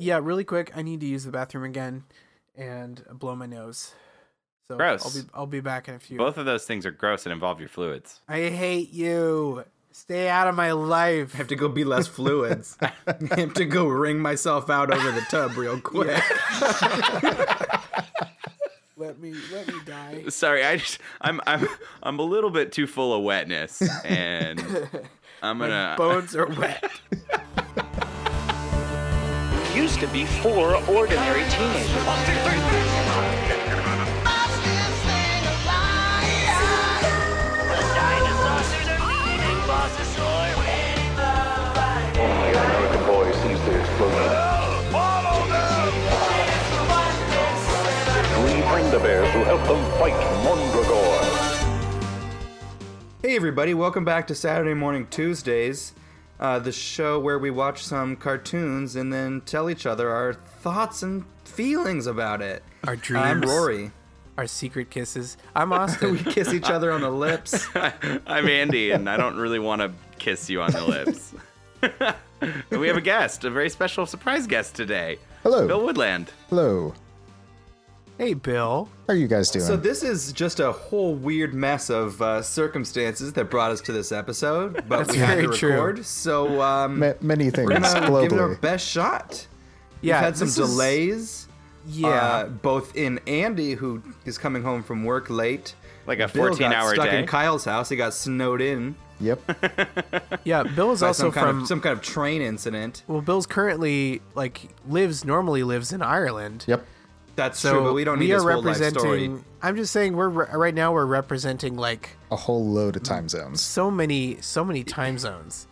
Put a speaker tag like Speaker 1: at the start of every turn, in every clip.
Speaker 1: Yeah, really quick. I need to use the bathroom again and blow my nose. So
Speaker 2: Gross.
Speaker 1: I'll be I'll be back in a few.
Speaker 2: Both of those things are gross and involve your fluids.
Speaker 1: I hate you. Stay out of my life.
Speaker 3: I have to go be less fluids. I have to go wring myself out over the tub real quick.
Speaker 1: let me let me die.
Speaker 2: Sorry, I just I'm I'm I'm a little bit too full of wetness, and I'm gonna
Speaker 1: Bones are wet.
Speaker 4: used to be four ordinary teenagers.
Speaker 5: American boy sees the explosion. Three friend bears who help them fight Mondragor.
Speaker 3: Hey, everybody, welcome back to Saturday Morning Tuesdays, uh, the show where we watch some cartoons and then tell each other our thoughts and feelings about it.
Speaker 1: Our dreams.
Speaker 3: I'm Rory.
Speaker 1: Our secret kisses. I'm Austin.
Speaker 3: We kiss each other on the lips.
Speaker 2: I'm Andy, and I don't really want to kiss you on the lips. and we have a guest, a very special surprise guest today.
Speaker 6: Hello.
Speaker 2: Bill Woodland.
Speaker 6: Hello.
Speaker 1: hey, Bill.
Speaker 6: How are you guys doing?
Speaker 3: So, this is just a whole weird mess of uh, circumstances that brought us to this episode, but we had to
Speaker 1: very true.
Speaker 3: record. So, um,
Speaker 6: Ma- many things
Speaker 3: we're gonna give it our
Speaker 6: globally.
Speaker 3: best shot.
Speaker 1: Yeah,
Speaker 3: We've had some
Speaker 1: this is-
Speaker 3: delays.
Speaker 1: Yeah,
Speaker 3: uh, both in Andy, who is coming home from work late.
Speaker 2: Like a
Speaker 3: Bill
Speaker 2: 14
Speaker 3: got
Speaker 2: hour
Speaker 3: stuck
Speaker 2: day.
Speaker 3: in Kyle's house. He got snowed in
Speaker 6: Yep.
Speaker 1: yeah. Bill is
Speaker 3: by
Speaker 1: also
Speaker 3: some kind
Speaker 1: from
Speaker 3: of some kind of train incident.
Speaker 1: well. Bill's currently like lives normally lives in Ireland.
Speaker 6: Yep.
Speaker 3: That's
Speaker 1: So
Speaker 3: true, but we don't need
Speaker 1: are
Speaker 3: this whole life
Speaker 1: representing.
Speaker 3: story.
Speaker 1: I'm just saying we're re- right now we're representing like
Speaker 6: A whole load of time zones.
Speaker 1: so many so many time zones.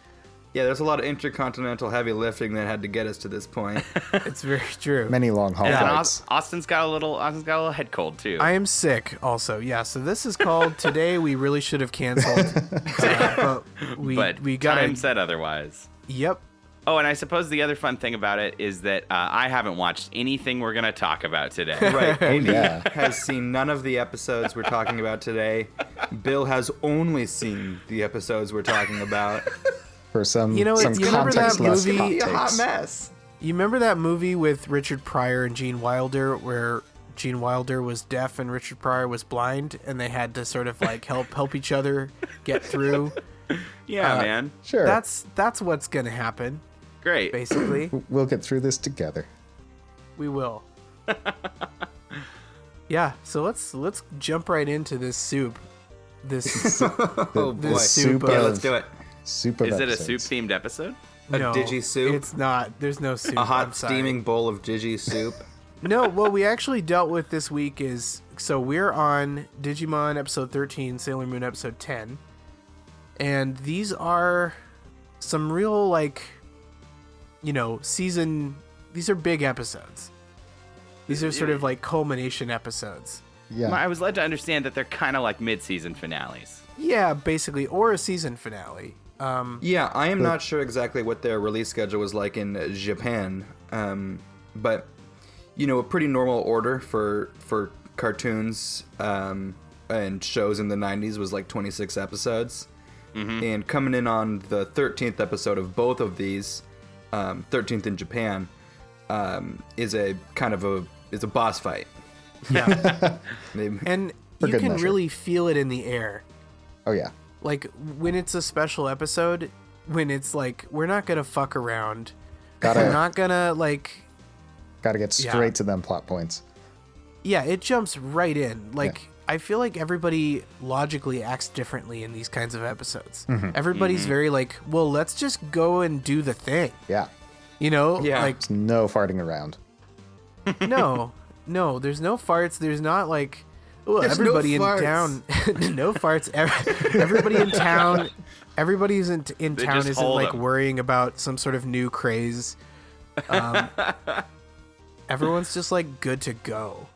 Speaker 3: Yeah, there's a lot of intercontinental heavy lifting that had to get us to this point.
Speaker 1: It's very true.
Speaker 6: Many long haul
Speaker 2: And
Speaker 6: flights.
Speaker 2: Aus- Austin's got a little Austin's got a little head cold too.
Speaker 1: I am sick also. Yeah, so this is called today we really should have canceled. Uh, but we
Speaker 2: but
Speaker 1: we got
Speaker 2: time
Speaker 1: to
Speaker 2: said otherwise.
Speaker 1: Yep.
Speaker 2: Oh, and I suppose the other fun thing about it is that uh, I haven't watched anything we're gonna talk about today.
Speaker 3: right, Andy
Speaker 6: Yeah.
Speaker 3: has seen none of the episodes we're talking about today. Bill has only seen the episodes we're talking about.
Speaker 6: For some,
Speaker 1: You know,
Speaker 6: some
Speaker 1: it's- you remember that
Speaker 6: context-less
Speaker 1: movie-
Speaker 6: hot
Speaker 3: Be a hot
Speaker 6: takes.
Speaker 3: mess.
Speaker 1: You remember that movie with Richard Pryor and Gene Wilder where Gene Wilder was deaf and Richard Pryor was blind and they had to sort of like help help each other get through.
Speaker 2: Yeah,
Speaker 1: Uh,
Speaker 2: man.
Speaker 6: Sure.
Speaker 1: That's that's what's going to happen
Speaker 2: Great.
Speaker 1: basically.
Speaker 6: We'll get through this together.
Speaker 1: We will. yeah, so let's let's jump right into this soup. This
Speaker 3: Oh
Speaker 6: the
Speaker 3: boy.
Speaker 6: soup
Speaker 3: yeah,
Speaker 6: of-
Speaker 3: let's do it.
Speaker 6: Super.
Speaker 2: Is it a soup themed episode?
Speaker 3: A
Speaker 1: no,
Speaker 3: digi soup?
Speaker 1: It's not. There's no soup.
Speaker 3: A
Speaker 1: I'm
Speaker 3: hot
Speaker 1: sorry.
Speaker 3: steaming bowl of Digi soup.
Speaker 1: No, what we actually dealt with this week is so we're on Digimon episode 13, Sailor Moon episode 10. And these are some real like you know, season these are big episodes. These are sort of like culmination episodes.
Speaker 2: I
Speaker 6: Yeah.
Speaker 2: was led to understand that they're kind of like mid-season finales.
Speaker 1: Yeah, basically or a season finale. Um
Speaker 3: Yeah, I am not sure exactly what their release schedule was like in Japan, um, but you know, a pretty normal order for for cartoons um, and shows in the '90s was like 26 episodes, and coming in on the 13th episode of both of these, um, 13th in Japan, um, is a kind of a is a boss fight. Yeah,
Speaker 1: and
Speaker 6: For
Speaker 1: you
Speaker 6: good
Speaker 1: can
Speaker 6: measure.
Speaker 1: really feel it in the air.
Speaker 6: Oh yeah.
Speaker 1: Like when it's a special episode, when it's like we're not going to fuck around. We're
Speaker 6: Gotta
Speaker 1: not gonna like
Speaker 6: gotta get
Speaker 1: Yeah.
Speaker 6: straight to them plot points.
Speaker 1: yeah it jumps right in like i feel like everybody logically acts differently in these kinds of episodes everybody's very like well let's just go and do the thing
Speaker 6: Yeah.
Speaker 1: you know
Speaker 3: Yeah.
Speaker 1: like
Speaker 6: No farting around.
Speaker 1: no no there's no farts there's not like well
Speaker 3: There's no
Speaker 1: everybody
Speaker 3: farts.
Speaker 1: in town no farts ev- everybody in town everybody's in, in
Speaker 2: They
Speaker 1: town
Speaker 2: just
Speaker 1: isn't
Speaker 2: hold
Speaker 1: like
Speaker 2: 'em.
Speaker 1: worrying about some sort of new craze um, everyone's just like good to go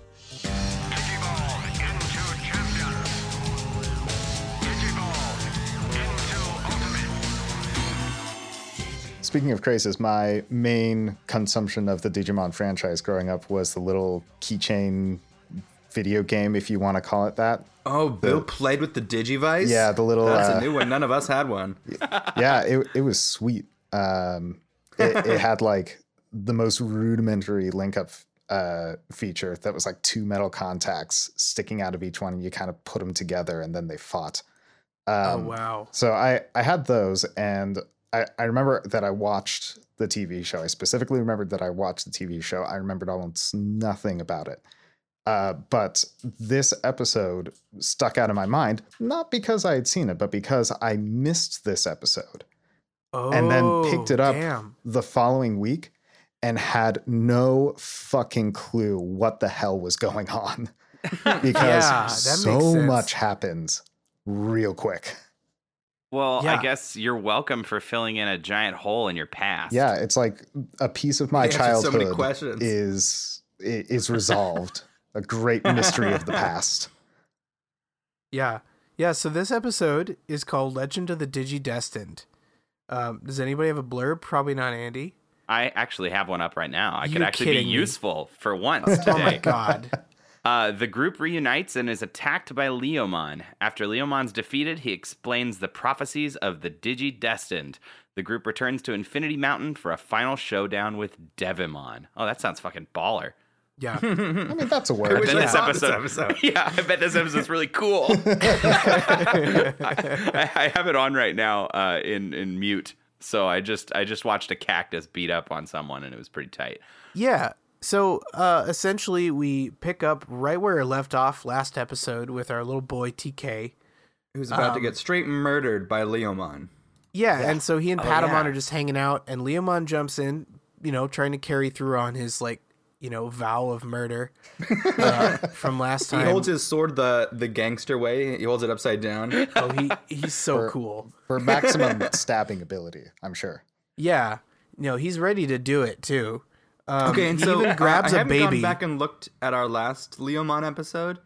Speaker 6: Speaking of crazes, my main consumption of the Digimon franchise growing up was the little keychain video game, if you want to call it that.
Speaker 3: oh, Bill played with the Digivice.
Speaker 6: Yeah, the little,
Speaker 3: That's
Speaker 6: uh,
Speaker 3: a new one. None of us had one.
Speaker 6: yeah, it, it was sweet. Um, it, it had like the most rudimentary link up uh, feature that was like two metal contacts sticking out of each one, and you kind of put them together, and then they fought. Um,
Speaker 1: oh wow.
Speaker 6: so I, I had those, and I, I remember that I watched the TV show. I specifically remembered that I watched the TV show. I remembered almost nothing about it. Uh, but this episode stuck out in my mind, not because I had seen it, but because I missed this episode
Speaker 1: Oh,
Speaker 6: and then picked it up
Speaker 1: Damn.
Speaker 6: the following week and had no fucking clue what the hell was going on because
Speaker 1: Yeah, that makes
Speaker 6: so
Speaker 1: sense.
Speaker 6: much happens real quick.
Speaker 2: Well,
Speaker 1: Yeah.
Speaker 2: I guess you're welcome for filling in a giant hole in your past.
Speaker 6: Yeah, it's like a piece of my
Speaker 3: He answered so
Speaker 6: childhood
Speaker 3: many questions.
Speaker 6: is i- is resolved. a great mystery of the past.
Speaker 1: Yeah. Yeah, so this episode is called Legend of the Digi Destined. Um, does anybody have a blurb? Probably not Andy.
Speaker 2: I actually have one up right now. I could
Speaker 1: You're
Speaker 2: actually be
Speaker 1: kidding me.
Speaker 2: useful for once today.
Speaker 1: Oh my god.
Speaker 2: Uh, the group reunites and is attacked by Leomon. After Leomon's defeated, he explains the prophecies of the Digi Destined. The group returns to Infinity Mountain for a final showdown with Devimon. Oh, that sounds fucking baller.
Speaker 1: Yeah.
Speaker 6: I mean, that's a
Speaker 3: I
Speaker 6: word.
Speaker 3: wish
Speaker 2: Then
Speaker 3: I
Speaker 2: this
Speaker 3: saw this
Speaker 2: episode-
Speaker 3: episode.
Speaker 2: Yeah, I bet this episode's really cool. I, I have it on right now uh, in in mute. So I just I just watched a cactus beat up on someone and it was pretty tight.
Speaker 1: Yeah. So uh, essentially, we pick up right where we left off last episode with our little boy TK.
Speaker 3: Who's about to get straight murdered by Leomon.
Speaker 1: Yeah, and so he and Patamon
Speaker 2: yeah.
Speaker 1: are just hanging out, and Leomon jumps in, you know, trying to carry through on his like, you know, vow of murder uh, from last
Speaker 3: He
Speaker 1: time.
Speaker 3: holds his sword the the gangster way. He holds it upside down.
Speaker 1: oh, he he's so cool.
Speaker 6: For maximum stabbing ability, I'm sure.
Speaker 1: Yeah, no, he's ready to do it too. Um,
Speaker 3: Okay, and
Speaker 1: he
Speaker 3: so
Speaker 1: even
Speaker 3: uh,
Speaker 1: grabs a
Speaker 3: I haven't
Speaker 1: baby.
Speaker 3: gone back and looked at our last Leomon episode.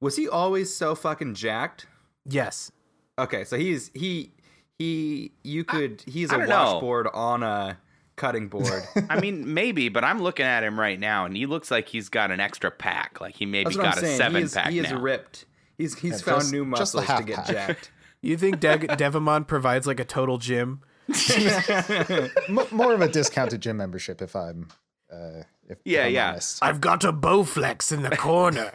Speaker 3: Was he always so fucking jacked?
Speaker 1: yes,
Speaker 3: Okay, so he's he he you could he's
Speaker 2: I
Speaker 3: a
Speaker 2: don't know.
Speaker 3: washboard on a cutting board.
Speaker 2: I mean, maybe, but I'm looking at him right now and he looks like he's got an extra pack. Like he maybe
Speaker 3: That's what I'm
Speaker 2: got a
Speaker 3: saying.
Speaker 2: seven
Speaker 3: he is,
Speaker 2: pack
Speaker 3: he is
Speaker 2: now.
Speaker 3: ripped. He's he's
Speaker 6: Yeah,
Speaker 3: found
Speaker 6: just-
Speaker 3: new
Speaker 6: just the
Speaker 3: muscles to
Speaker 6: half
Speaker 3: get
Speaker 6: pack.
Speaker 3: jacked.
Speaker 1: you think Dag Devamon provides like a total gym?
Speaker 6: M- more of a discounted gym membership, if I'm. Uh, if,
Speaker 2: Yeah,
Speaker 6: if I'm
Speaker 2: yeah.
Speaker 6: honest.
Speaker 1: I've got a Bowflex in the corner.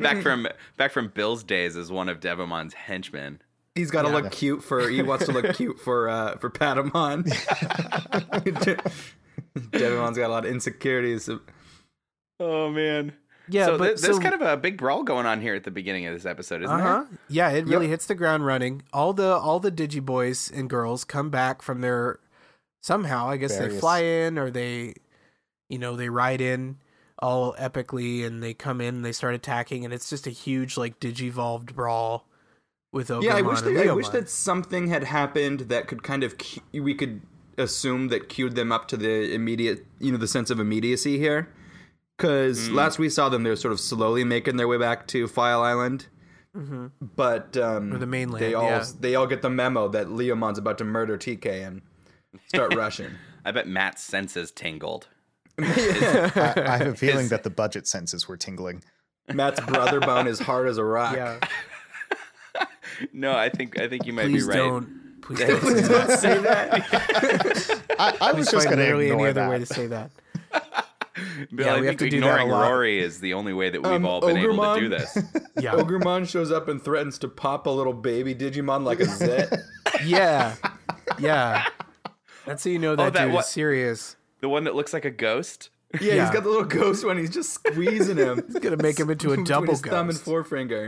Speaker 2: back from back from Bill's days as one of Devamon's henchmen.
Speaker 3: He's got to look cute for he wants to look cute for uh for Patamon. Devimon's got a lot of insecurities.
Speaker 2: Oh man.
Speaker 1: Yeah,
Speaker 2: so
Speaker 1: but
Speaker 2: th-
Speaker 1: so-
Speaker 2: there's kind of a big brawl going on here at the beginning of this episode, isn't
Speaker 1: Uh-huh. Yeah, it really
Speaker 3: Yep.
Speaker 1: hits the ground running. All the all the digi boys and girls come back from their somehow, I guess they
Speaker 6: Various-
Speaker 1: fly in or they you know, they ride in all epically and they come in and they start attacking and it's just a huge like digivolved brawl with Ogre.
Speaker 3: Yeah, I wish,
Speaker 1: and
Speaker 3: that, I wish
Speaker 1: Leomon.
Speaker 3: that something had happened that could kind of cu- we could assume that cued them up to the immediate, you know, the sense of immediacy here. Because
Speaker 1: Hmm.
Speaker 3: last we saw them, they were sort of slowly making their way back to File Island. But um,
Speaker 1: Mm-hmm. Or the mainland,
Speaker 3: they all
Speaker 1: yeah.
Speaker 3: they all get the memo that Leomon's about to murder TK and start rushing.
Speaker 2: there? I bet Matt's senses tingled.
Speaker 6: I, I have a feeling that the budget senses were tingling.
Speaker 3: Matt's brother bone is hard as a rock.
Speaker 1: Yeah.
Speaker 2: No, I think I think you might
Speaker 1: Please
Speaker 2: be right.
Speaker 1: don't. Please don't.
Speaker 3: Don't say that.
Speaker 6: I, I was
Speaker 1: Please
Speaker 6: just
Speaker 1: find
Speaker 6: going to
Speaker 1: literally any
Speaker 6: ignore
Speaker 1: other
Speaker 6: that.
Speaker 1: way to say that.
Speaker 2: Bill,
Speaker 1: Yeah,
Speaker 2: I
Speaker 1: we have
Speaker 2: think
Speaker 1: to do that a
Speaker 2: ignoring
Speaker 1: lot.
Speaker 2: Rory is the only way that we've
Speaker 3: Um,
Speaker 2: all been able
Speaker 3: Ogremon?
Speaker 2: to do this.
Speaker 1: Yeah.
Speaker 3: Ogremon shows up and threatens to pop a little baby Digimon like a zit.
Speaker 1: Yeah. Yeah. That's how you know that,
Speaker 2: that
Speaker 1: dude
Speaker 2: wa-
Speaker 1: is serious.
Speaker 2: the one that looks like a ghost.
Speaker 3: Yeah,
Speaker 1: Yeah.
Speaker 3: he's got the little ghost one. He's just squeezing him. he's
Speaker 1: gonna make him into a double
Speaker 3: his Thumb and
Speaker 1: ghost.
Speaker 3: forefinger.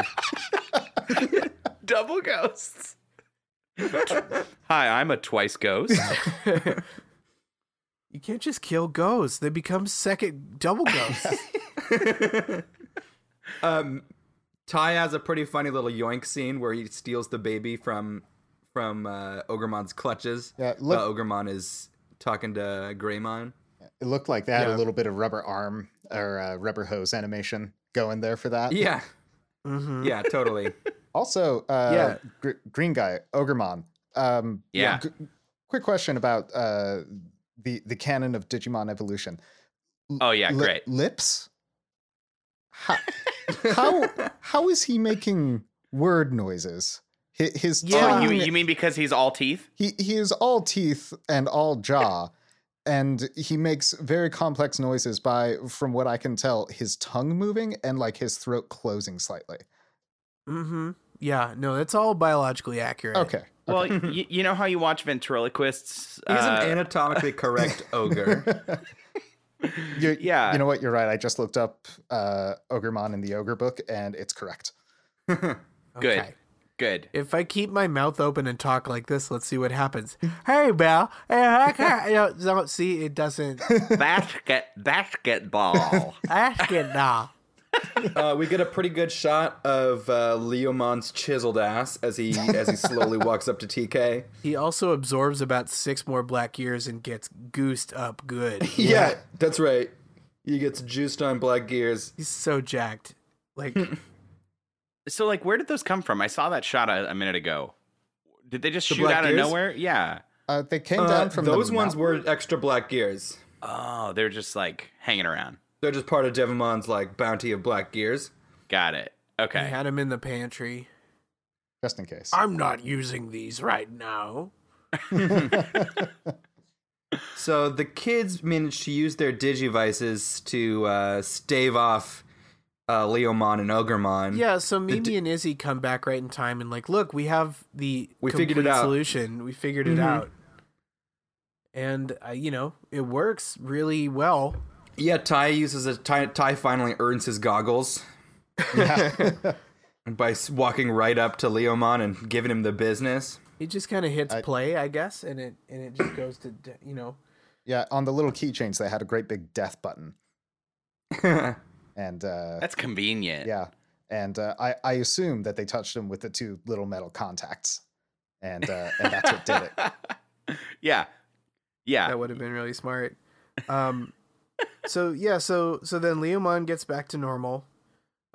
Speaker 2: Double ghosts. Hi, I'm a twice ghost.
Speaker 1: You can't just kill ghosts. They become second double ghosts.
Speaker 3: Ty has a pretty funny little yoink scene where he steals the baby from from uh, Ogremon's clutches.
Speaker 6: Yeah, look-
Speaker 3: Uh, Ogremon is talking to Greymon.
Speaker 6: It looked like they had
Speaker 1: Yeah.
Speaker 6: a little bit of rubber arm or uh, rubber hose animation going there for
Speaker 1: Uh,
Speaker 6: that.
Speaker 3: Yeah.
Speaker 1: Mm-hmm.
Speaker 3: Yeah, totally.
Speaker 6: Also, uh,
Speaker 1: Yeah.
Speaker 6: gr- green guy, Ogremon. Um,
Speaker 2: Yeah.
Speaker 6: g- quick question about uh, the the canon of Digimon evolution.
Speaker 2: Oh yeah,
Speaker 6: Li-
Speaker 2: great.
Speaker 6: lips. How, how how is he making word noises? His, his
Speaker 1: Yeah.
Speaker 2: Oh,
Speaker 6: tongue,
Speaker 2: you, you mean because he's all teeth?
Speaker 6: he he is all teeth and all jaw, and he makes very complex noises by, from what I can tell, his tongue moving and like his throat closing slightly.
Speaker 1: Mm-hmm. Yeah, no, that's all biologically accurate.
Speaker 6: Okay.
Speaker 2: Well, y- you know how you watch ventriloquists?
Speaker 3: He's
Speaker 2: uh,
Speaker 3: an anatomically correct ogre.
Speaker 6: You,
Speaker 2: yeah.
Speaker 6: You know what? You're right. I just looked up uh, Ogremon in the Ogre book, and it's correct.
Speaker 2: good.
Speaker 1: Okay.
Speaker 2: Good.
Speaker 1: If I keep my mouth open and talk like this, let's see what happens. hey, Belle. Hey, I can't- you know, no, see, it doesn't.
Speaker 2: Basket basketball.
Speaker 1: Ask it now.
Speaker 3: Uh, we get a pretty good shot of uh, Leomon's chiseled ass as he as he slowly walks up to TK.
Speaker 1: He also absorbs about six more black years and gets goosed up good.
Speaker 3: Yeah, that's right. He gets juiced on black gears.
Speaker 1: He's so jacked. Like,
Speaker 2: so, like, where did those come from? I saw that shot a, a minute ago. Did they just
Speaker 3: The
Speaker 2: shoot
Speaker 3: black
Speaker 2: out of
Speaker 3: gears?
Speaker 2: nowhere? Yeah.
Speaker 6: Uh, they came
Speaker 3: Uh,
Speaker 6: down from
Speaker 3: those
Speaker 6: the
Speaker 3: ones
Speaker 6: mount-
Speaker 3: were extra black gears.
Speaker 2: Oh, they're just like hanging around.
Speaker 3: They're just part of Devimon's like bounty of black gears.
Speaker 2: Got it.
Speaker 1: he
Speaker 2: Okay.
Speaker 1: had him in the pantry.
Speaker 6: just in case.
Speaker 1: I'm not using these right now.
Speaker 3: So the kids managed to use their digivices to uh, stave off uh, Leomon and Ogremon.
Speaker 1: Yeah, so Mimi
Speaker 3: d-
Speaker 1: and Izzy come back right in time and like, look, we have the
Speaker 3: We figured it
Speaker 1: complete
Speaker 3: out."
Speaker 1: solution. We figured it
Speaker 3: Mhm.
Speaker 1: out, and uh, you know it works really well.
Speaker 3: Yeah, Ty uses a Ty, Ty finally earns his goggles by s- walking right up to Leomon and giving him the business.
Speaker 1: It just kind of hits
Speaker 6: I-
Speaker 1: play, I guess, and it and it just goes to d- you know.
Speaker 6: yeah, on the little keychains, they had a great big death button,
Speaker 3: Oh,
Speaker 6: and uh,
Speaker 2: That's convenient.
Speaker 6: yeah, and uh, I I assume that they touched him with the two little metal contacts, and uh, and that's what did it.
Speaker 2: yeah. Yeah.
Speaker 1: That would have been really smart. Um, so yeah, so so then Leomon gets back to normal,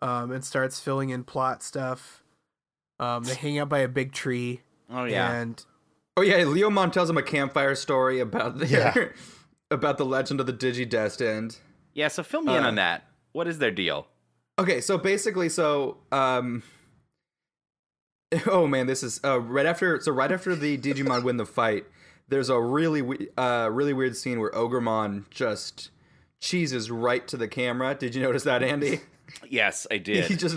Speaker 1: um, and starts filling in plot stuff. Um, they hang out by a big tree,
Speaker 2: Oh yeah.
Speaker 1: and
Speaker 3: oh yeah, Leomon tells him a campfire story about the
Speaker 6: Yeah.
Speaker 3: about the legend of the Digidestined.
Speaker 2: Yeah, so fill me in
Speaker 3: Uh,
Speaker 2: on that. What is their deal?
Speaker 3: Okay, so basically, so um, oh man, this is uh, right after. So right after the Digimon win the fight, there's a really we- uh really weird scene where Ogremon just cheeses right to the camera. Did you notice that, Andy?
Speaker 2: Yes, I
Speaker 3: He
Speaker 2: did.
Speaker 3: just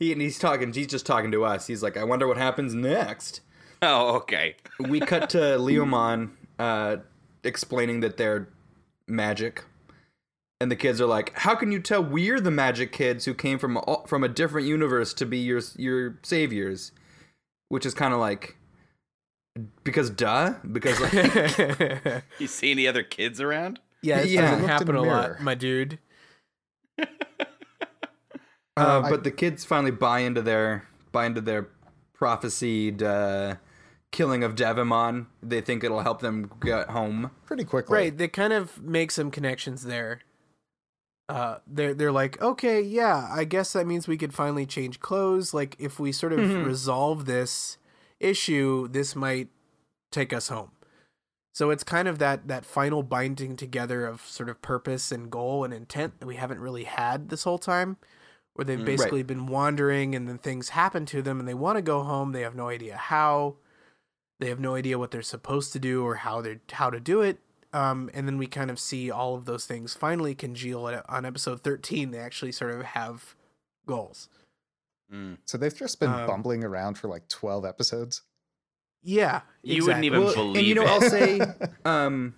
Speaker 3: he and he's talking. He's just talking to us. He's like, I wonder what happens next.
Speaker 2: oh, okay.
Speaker 3: We cut to Leomon uh, explaining that they're magic, and the kids are like, "How can you tell we're the magic kids who came from a, from a different universe to be your your saviors?" Which is kind of like because duh, because like,
Speaker 1: yeah,
Speaker 2: You see any other kids around?
Speaker 1: it
Speaker 3: Yeah.
Speaker 1: doesn't
Speaker 6: Looked in
Speaker 1: happen
Speaker 6: the
Speaker 1: a
Speaker 6: mirror.
Speaker 1: lot, my dude.
Speaker 3: uh, but the kids finally buy into their buy into their prophesied uh, killing of Devimon. They think it'll help them get home.
Speaker 6: Pretty quickly,
Speaker 1: Right, they kind of make some connections there. Uh, they're they're like, okay, yeah, I guess that means we could finally change clothes. Like, if we sort of resolve this issue, this might take us home. So it's kind of that that final binding together of sort of purpose and goal and intent that we haven't really had this whole time, where they've basically been wandering and then things happen to them and they want to go home. They have no idea how. They have no idea what they're supposed to do or how they're how to do it. Um, and then we kind of see all of those things finally congeal at, on episode 13. They actually sort of have goals.
Speaker 2: Mm.
Speaker 6: So they've just been
Speaker 1: Um,
Speaker 6: bumbling around for like twelve episodes.
Speaker 1: Yeah.
Speaker 2: You wouldn't even believe
Speaker 3: and you know,
Speaker 2: it.
Speaker 3: I'll say, um,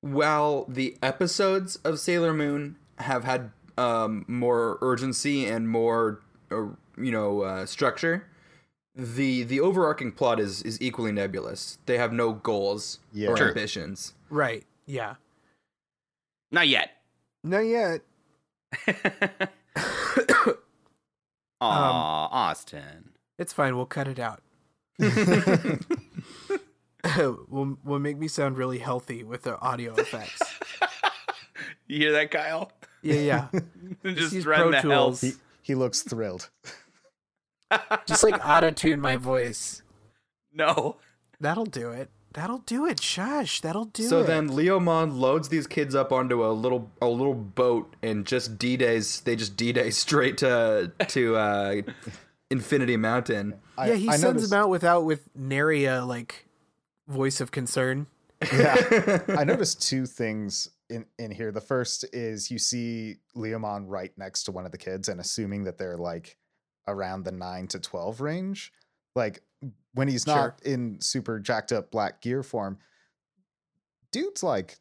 Speaker 3: while the episodes of Sailor Moon have had um, more urgency and more, uh, you know, uh, structure, the the overarching plot is is equally nebulous. They have no goals
Speaker 6: Yeah.
Speaker 3: or
Speaker 6: True.
Speaker 3: ambitions.
Speaker 1: Right. Yeah.
Speaker 2: Not yet.
Speaker 1: Not yet.
Speaker 2: Aw, Um, Austin.
Speaker 1: It's fine. We'll cut it out. will will make me sound really healthy with the audio effects.
Speaker 2: You hear that, Kyle?
Speaker 1: Yeah, yeah.
Speaker 2: just
Speaker 1: use
Speaker 2: run
Speaker 1: Pro
Speaker 2: the
Speaker 1: Tools.
Speaker 2: health.
Speaker 6: He looks thrilled.
Speaker 1: Just like auto tune my voice.
Speaker 2: No.
Speaker 1: That'll do it. That'll do it. Shush. That'll do
Speaker 3: so
Speaker 1: it.
Speaker 3: then Leomon loads these kids up onto a little a little boat and just d days. They just d day straight to to uh, Infinity Mountain.
Speaker 6: I,
Speaker 1: yeah, he
Speaker 6: I
Speaker 1: sends
Speaker 6: noticed-
Speaker 1: him out without with nary a like voice of concern.
Speaker 6: Yeah. I noticed two things in in here. The first is you see Leomon right next to one of the kids, and assuming that they're like around the nine to twelve range, like when he's not in super jacked up black gear form, dude's like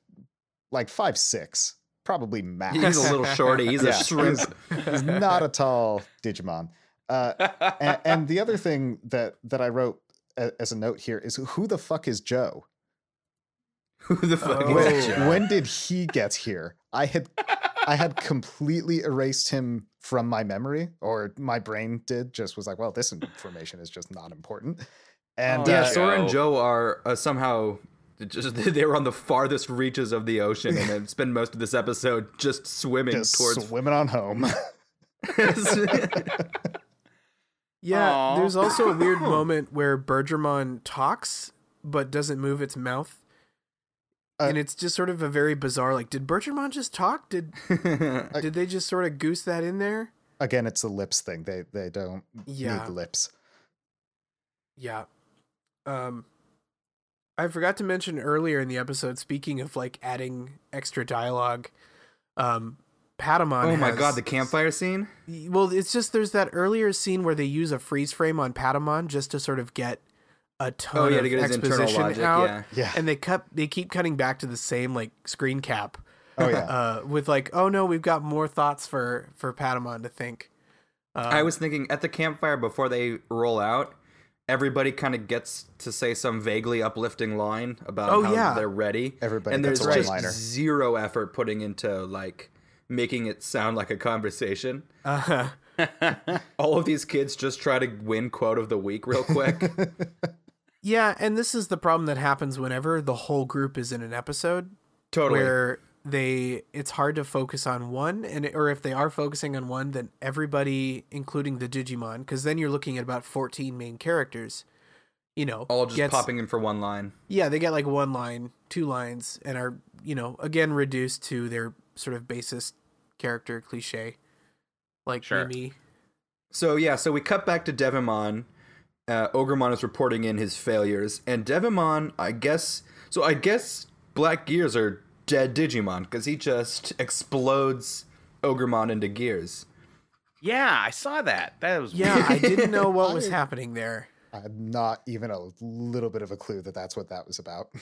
Speaker 6: like five six, probably max.
Speaker 3: He's a little shorty. He's
Speaker 6: Yeah.
Speaker 3: a shrimp.
Speaker 6: He's not a tall Digimon. Uh, and, and the other thing that that I wrote a- as a note here is who the fuck is Joe?
Speaker 3: Who the fuck
Speaker 1: Oh.
Speaker 3: is
Speaker 6: when,
Speaker 3: Joe?
Speaker 6: when did he get here? I had I had completely erased him from my memory, or my brain did. Just was like, well, this information is just not important. And
Speaker 1: Oh,
Speaker 3: Yeah,
Speaker 6: uh,
Speaker 3: Sora and
Speaker 2: Joe.
Speaker 3: Joe are uh, somehow just they were on the farthest reaches of the ocean and have spent most of this episode just swimming
Speaker 6: just
Speaker 3: towards.
Speaker 6: swimming on home.
Speaker 1: Yeah,
Speaker 2: Aw.
Speaker 1: there's also a weird moment where Bergermon talks but doesn't move its mouth.
Speaker 6: Uh,
Speaker 1: and it's just sort of a very bizarre like did Bergermon just talk? Did did they just sort of goose that in there?
Speaker 6: Again, it's the lips thing. They they don't
Speaker 1: Yeah.
Speaker 6: need lips.
Speaker 1: Yeah. Um I forgot to mention earlier in the episode speaking of like adding extra dialogue um Patamon
Speaker 3: oh my
Speaker 1: has-
Speaker 3: god, the campfire scene.
Speaker 1: Well, it's just there's that earlier scene where they use a freeze frame on Patamon just to sort of get a ton
Speaker 3: Oh yeah,
Speaker 1: of
Speaker 3: to get his internal
Speaker 1: exposition
Speaker 3: logic.
Speaker 1: out.
Speaker 3: Yeah.
Speaker 6: Yeah.
Speaker 1: And they kept they keep cutting back to the same like screen cap
Speaker 6: Oh yeah.
Speaker 1: uh with like oh no, we've got more thoughts for for Patamon to think.
Speaker 3: I
Speaker 1: Um,
Speaker 3: was thinking at the campfire before they roll out, everybody kind of gets to say some vaguely uplifting line about
Speaker 1: Oh,
Speaker 3: how
Speaker 1: yeah.
Speaker 3: they're ready.
Speaker 6: Everybody
Speaker 3: and
Speaker 6: gets
Speaker 3: there's
Speaker 6: a
Speaker 3: just
Speaker 6: one-liner.
Speaker 3: zero effort putting into like making it sound like a conversation.
Speaker 1: Uh,
Speaker 3: All of these kids just try to win quote of the week real quick.
Speaker 1: yeah, and this is the problem that happens whenever the whole group is in an episode
Speaker 3: totally.
Speaker 1: where they it's hard to focus on one and or if they are focusing on one then everybody including the digimon because then you're looking at about 14 main characters you know
Speaker 3: all just
Speaker 1: gets-
Speaker 3: popping in for one line.
Speaker 1: yeah they get like one line two lines and are you know again reduced to their sort of basest character cliche like
Speaker 2: Sure.
Speaker 1: mimi
Speaker 3: So yeah, so we cut back to Devimon. Uh, Ogremon is reporting in his failures, and Devimon, I guess. So I guess Black Gears are dead Digimon because he just explodes Ogremon into gears.
Speaker 2: Yeah, I saw that. That was
Speaker 1: yeah i didn't know what was
Speaker 6: I-
Speaker 1: happening there
Speaker 6: I had not even a little bit of a clue that that's what that was about.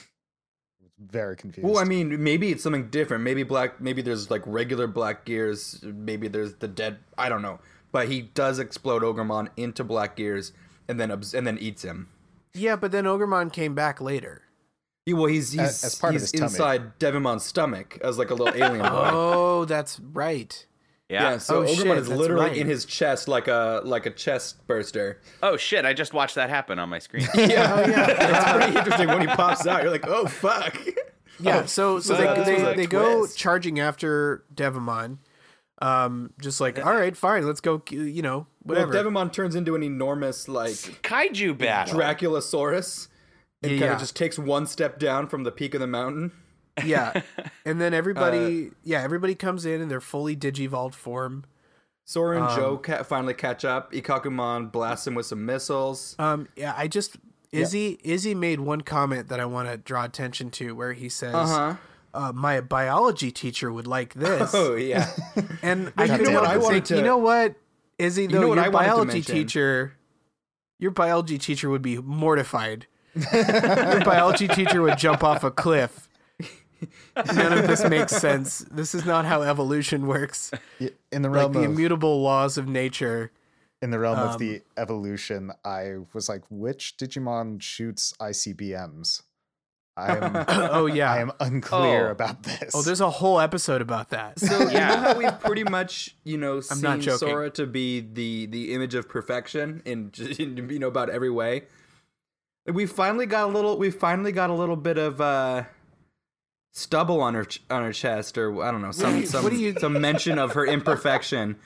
Speaker 6: Very confused.
Speaker 3: Well, I mean, maybe it's something different. Maybe black. Maybe there's like regular Black Gears. Maybe there's the dead. I don't know. But he does explode Ogremon into Black Gears, and then abs- and then eats him.
Speaker 1: yeah but then ogremon came back later
Speaker 3: He, well, he's he's,
Speaker 6: As- as part of
Speaker 3: he's
Speaker 6: his tummy.
Speaker 3: inside Devimon's stomach as like a little alien boy.
Speaker 1: oh that's right
Speaker 2: Yeah.
Speaker 3: Yeah, so
Speaker 1: Oh,
Speaker 3: Ogremon
Speaker 1: shit,
Speaker 3: is
Speaker 1: that's
Speaker 3: literally
Speaker 1: right.
Speaker 3: in his chest like a like a chest burster.
Speaker 2: Oh shit! I just watched that happen on my screen.
Speaker 1: oh yeah
Speaker 3: It's pretty interesting when he pops out. You're like, oh fuck.
Speaker 1: Yeah, so so
Speaker 3: Oh, so
Speaker 1: they
Speaker 3: this
Speaker 1: they,
Speaker 3: was a
Speaker 1: they go
Speaker 3: twist.
Speaker 1: charging after Devamon, um, just like all right, fine, let's go, you know,
Speaker 3: Well,
Speaker 1: whatever.
Speaker 3: Devimon turns into an enormous like
Speaker 2: Kaiju battle.
Speaker 3: Draculasaurus and
Speaker 1: Yeah,
Speaker 3: kind
Speaker 1: yeah.
Speaker 3: of just takes one step down from the peak of the mountain.
Speaker 1: yeah, and then
Speaker 3: Uh,
Speaker 1: everybody, yeah, everybody comes in in their fully digivolved form.
Speaker 3: Sora and Joe
Speaker 1: Um,
Speaker 3: ca- finally catch up. Ikakumon blasts him with some missiles.
Speaker 1: Um, yeah, I just Izzy Izzy made one comment that I want to draw attention to where he says,
Speaker 3: Uh-huh.
Speaker 1: uh, "My biology teacher would like this,damn
Speaker 3: Oh yeah.
Speaker 1: And I
Speaker 3: you know
Speaker 1: couldn't
Speaker 6: what
Speaker 1: help
Speaker 6: I
Speaker 1: but
Speaker 3: wanted
Speaker 1: think,
Speaker 3: to-
Speaker 1: you know what, Izzy, though,
Speaker 3: know what
Speaker 1: your
Speaker 3: I wanted to
Speaker 1: biology
Speaker 3: mention?
Speaker 1: teacher, your biology teacher would be mortified. your biology teacher would jump off a cliff. None of this makes sense. This is not how evolution works.
Speaker 6: Y- in the
Speaker 1: Like
Speaker 6: realm
Speaker 1: the
Speaker 6: of
Speaker 1: immutable laws of nature.
Speaker 6: in the realm
Speaker 1: Um
Speaker 6: of the evolution, I was like, which Digimon shoots ICBMs? I am
Speaker 1: Oh
Speaker 6: I
Speaker 1: yeah.
Speaker 6: am unclear
Speaker 2: Oh.
Speaker 6: about this.
Speaker 1: Oh, there's a whole episode about that.
Speaker 3: So you know
Speaker 2: Yeah.
Speaker 3: how we've pretty much you know
Speaker 1: not
Speaker 3: seen
Speaker 1: joking.
Speaker 3: Sora to be the the image of perfection in j- in, you know about every way. We finally got a little. We finally got a little bit of uh, stubble on her ch- on her chest, or I don't know, some some
Speaker 1: what do you-
Speaker 3: some mention of her imperfection.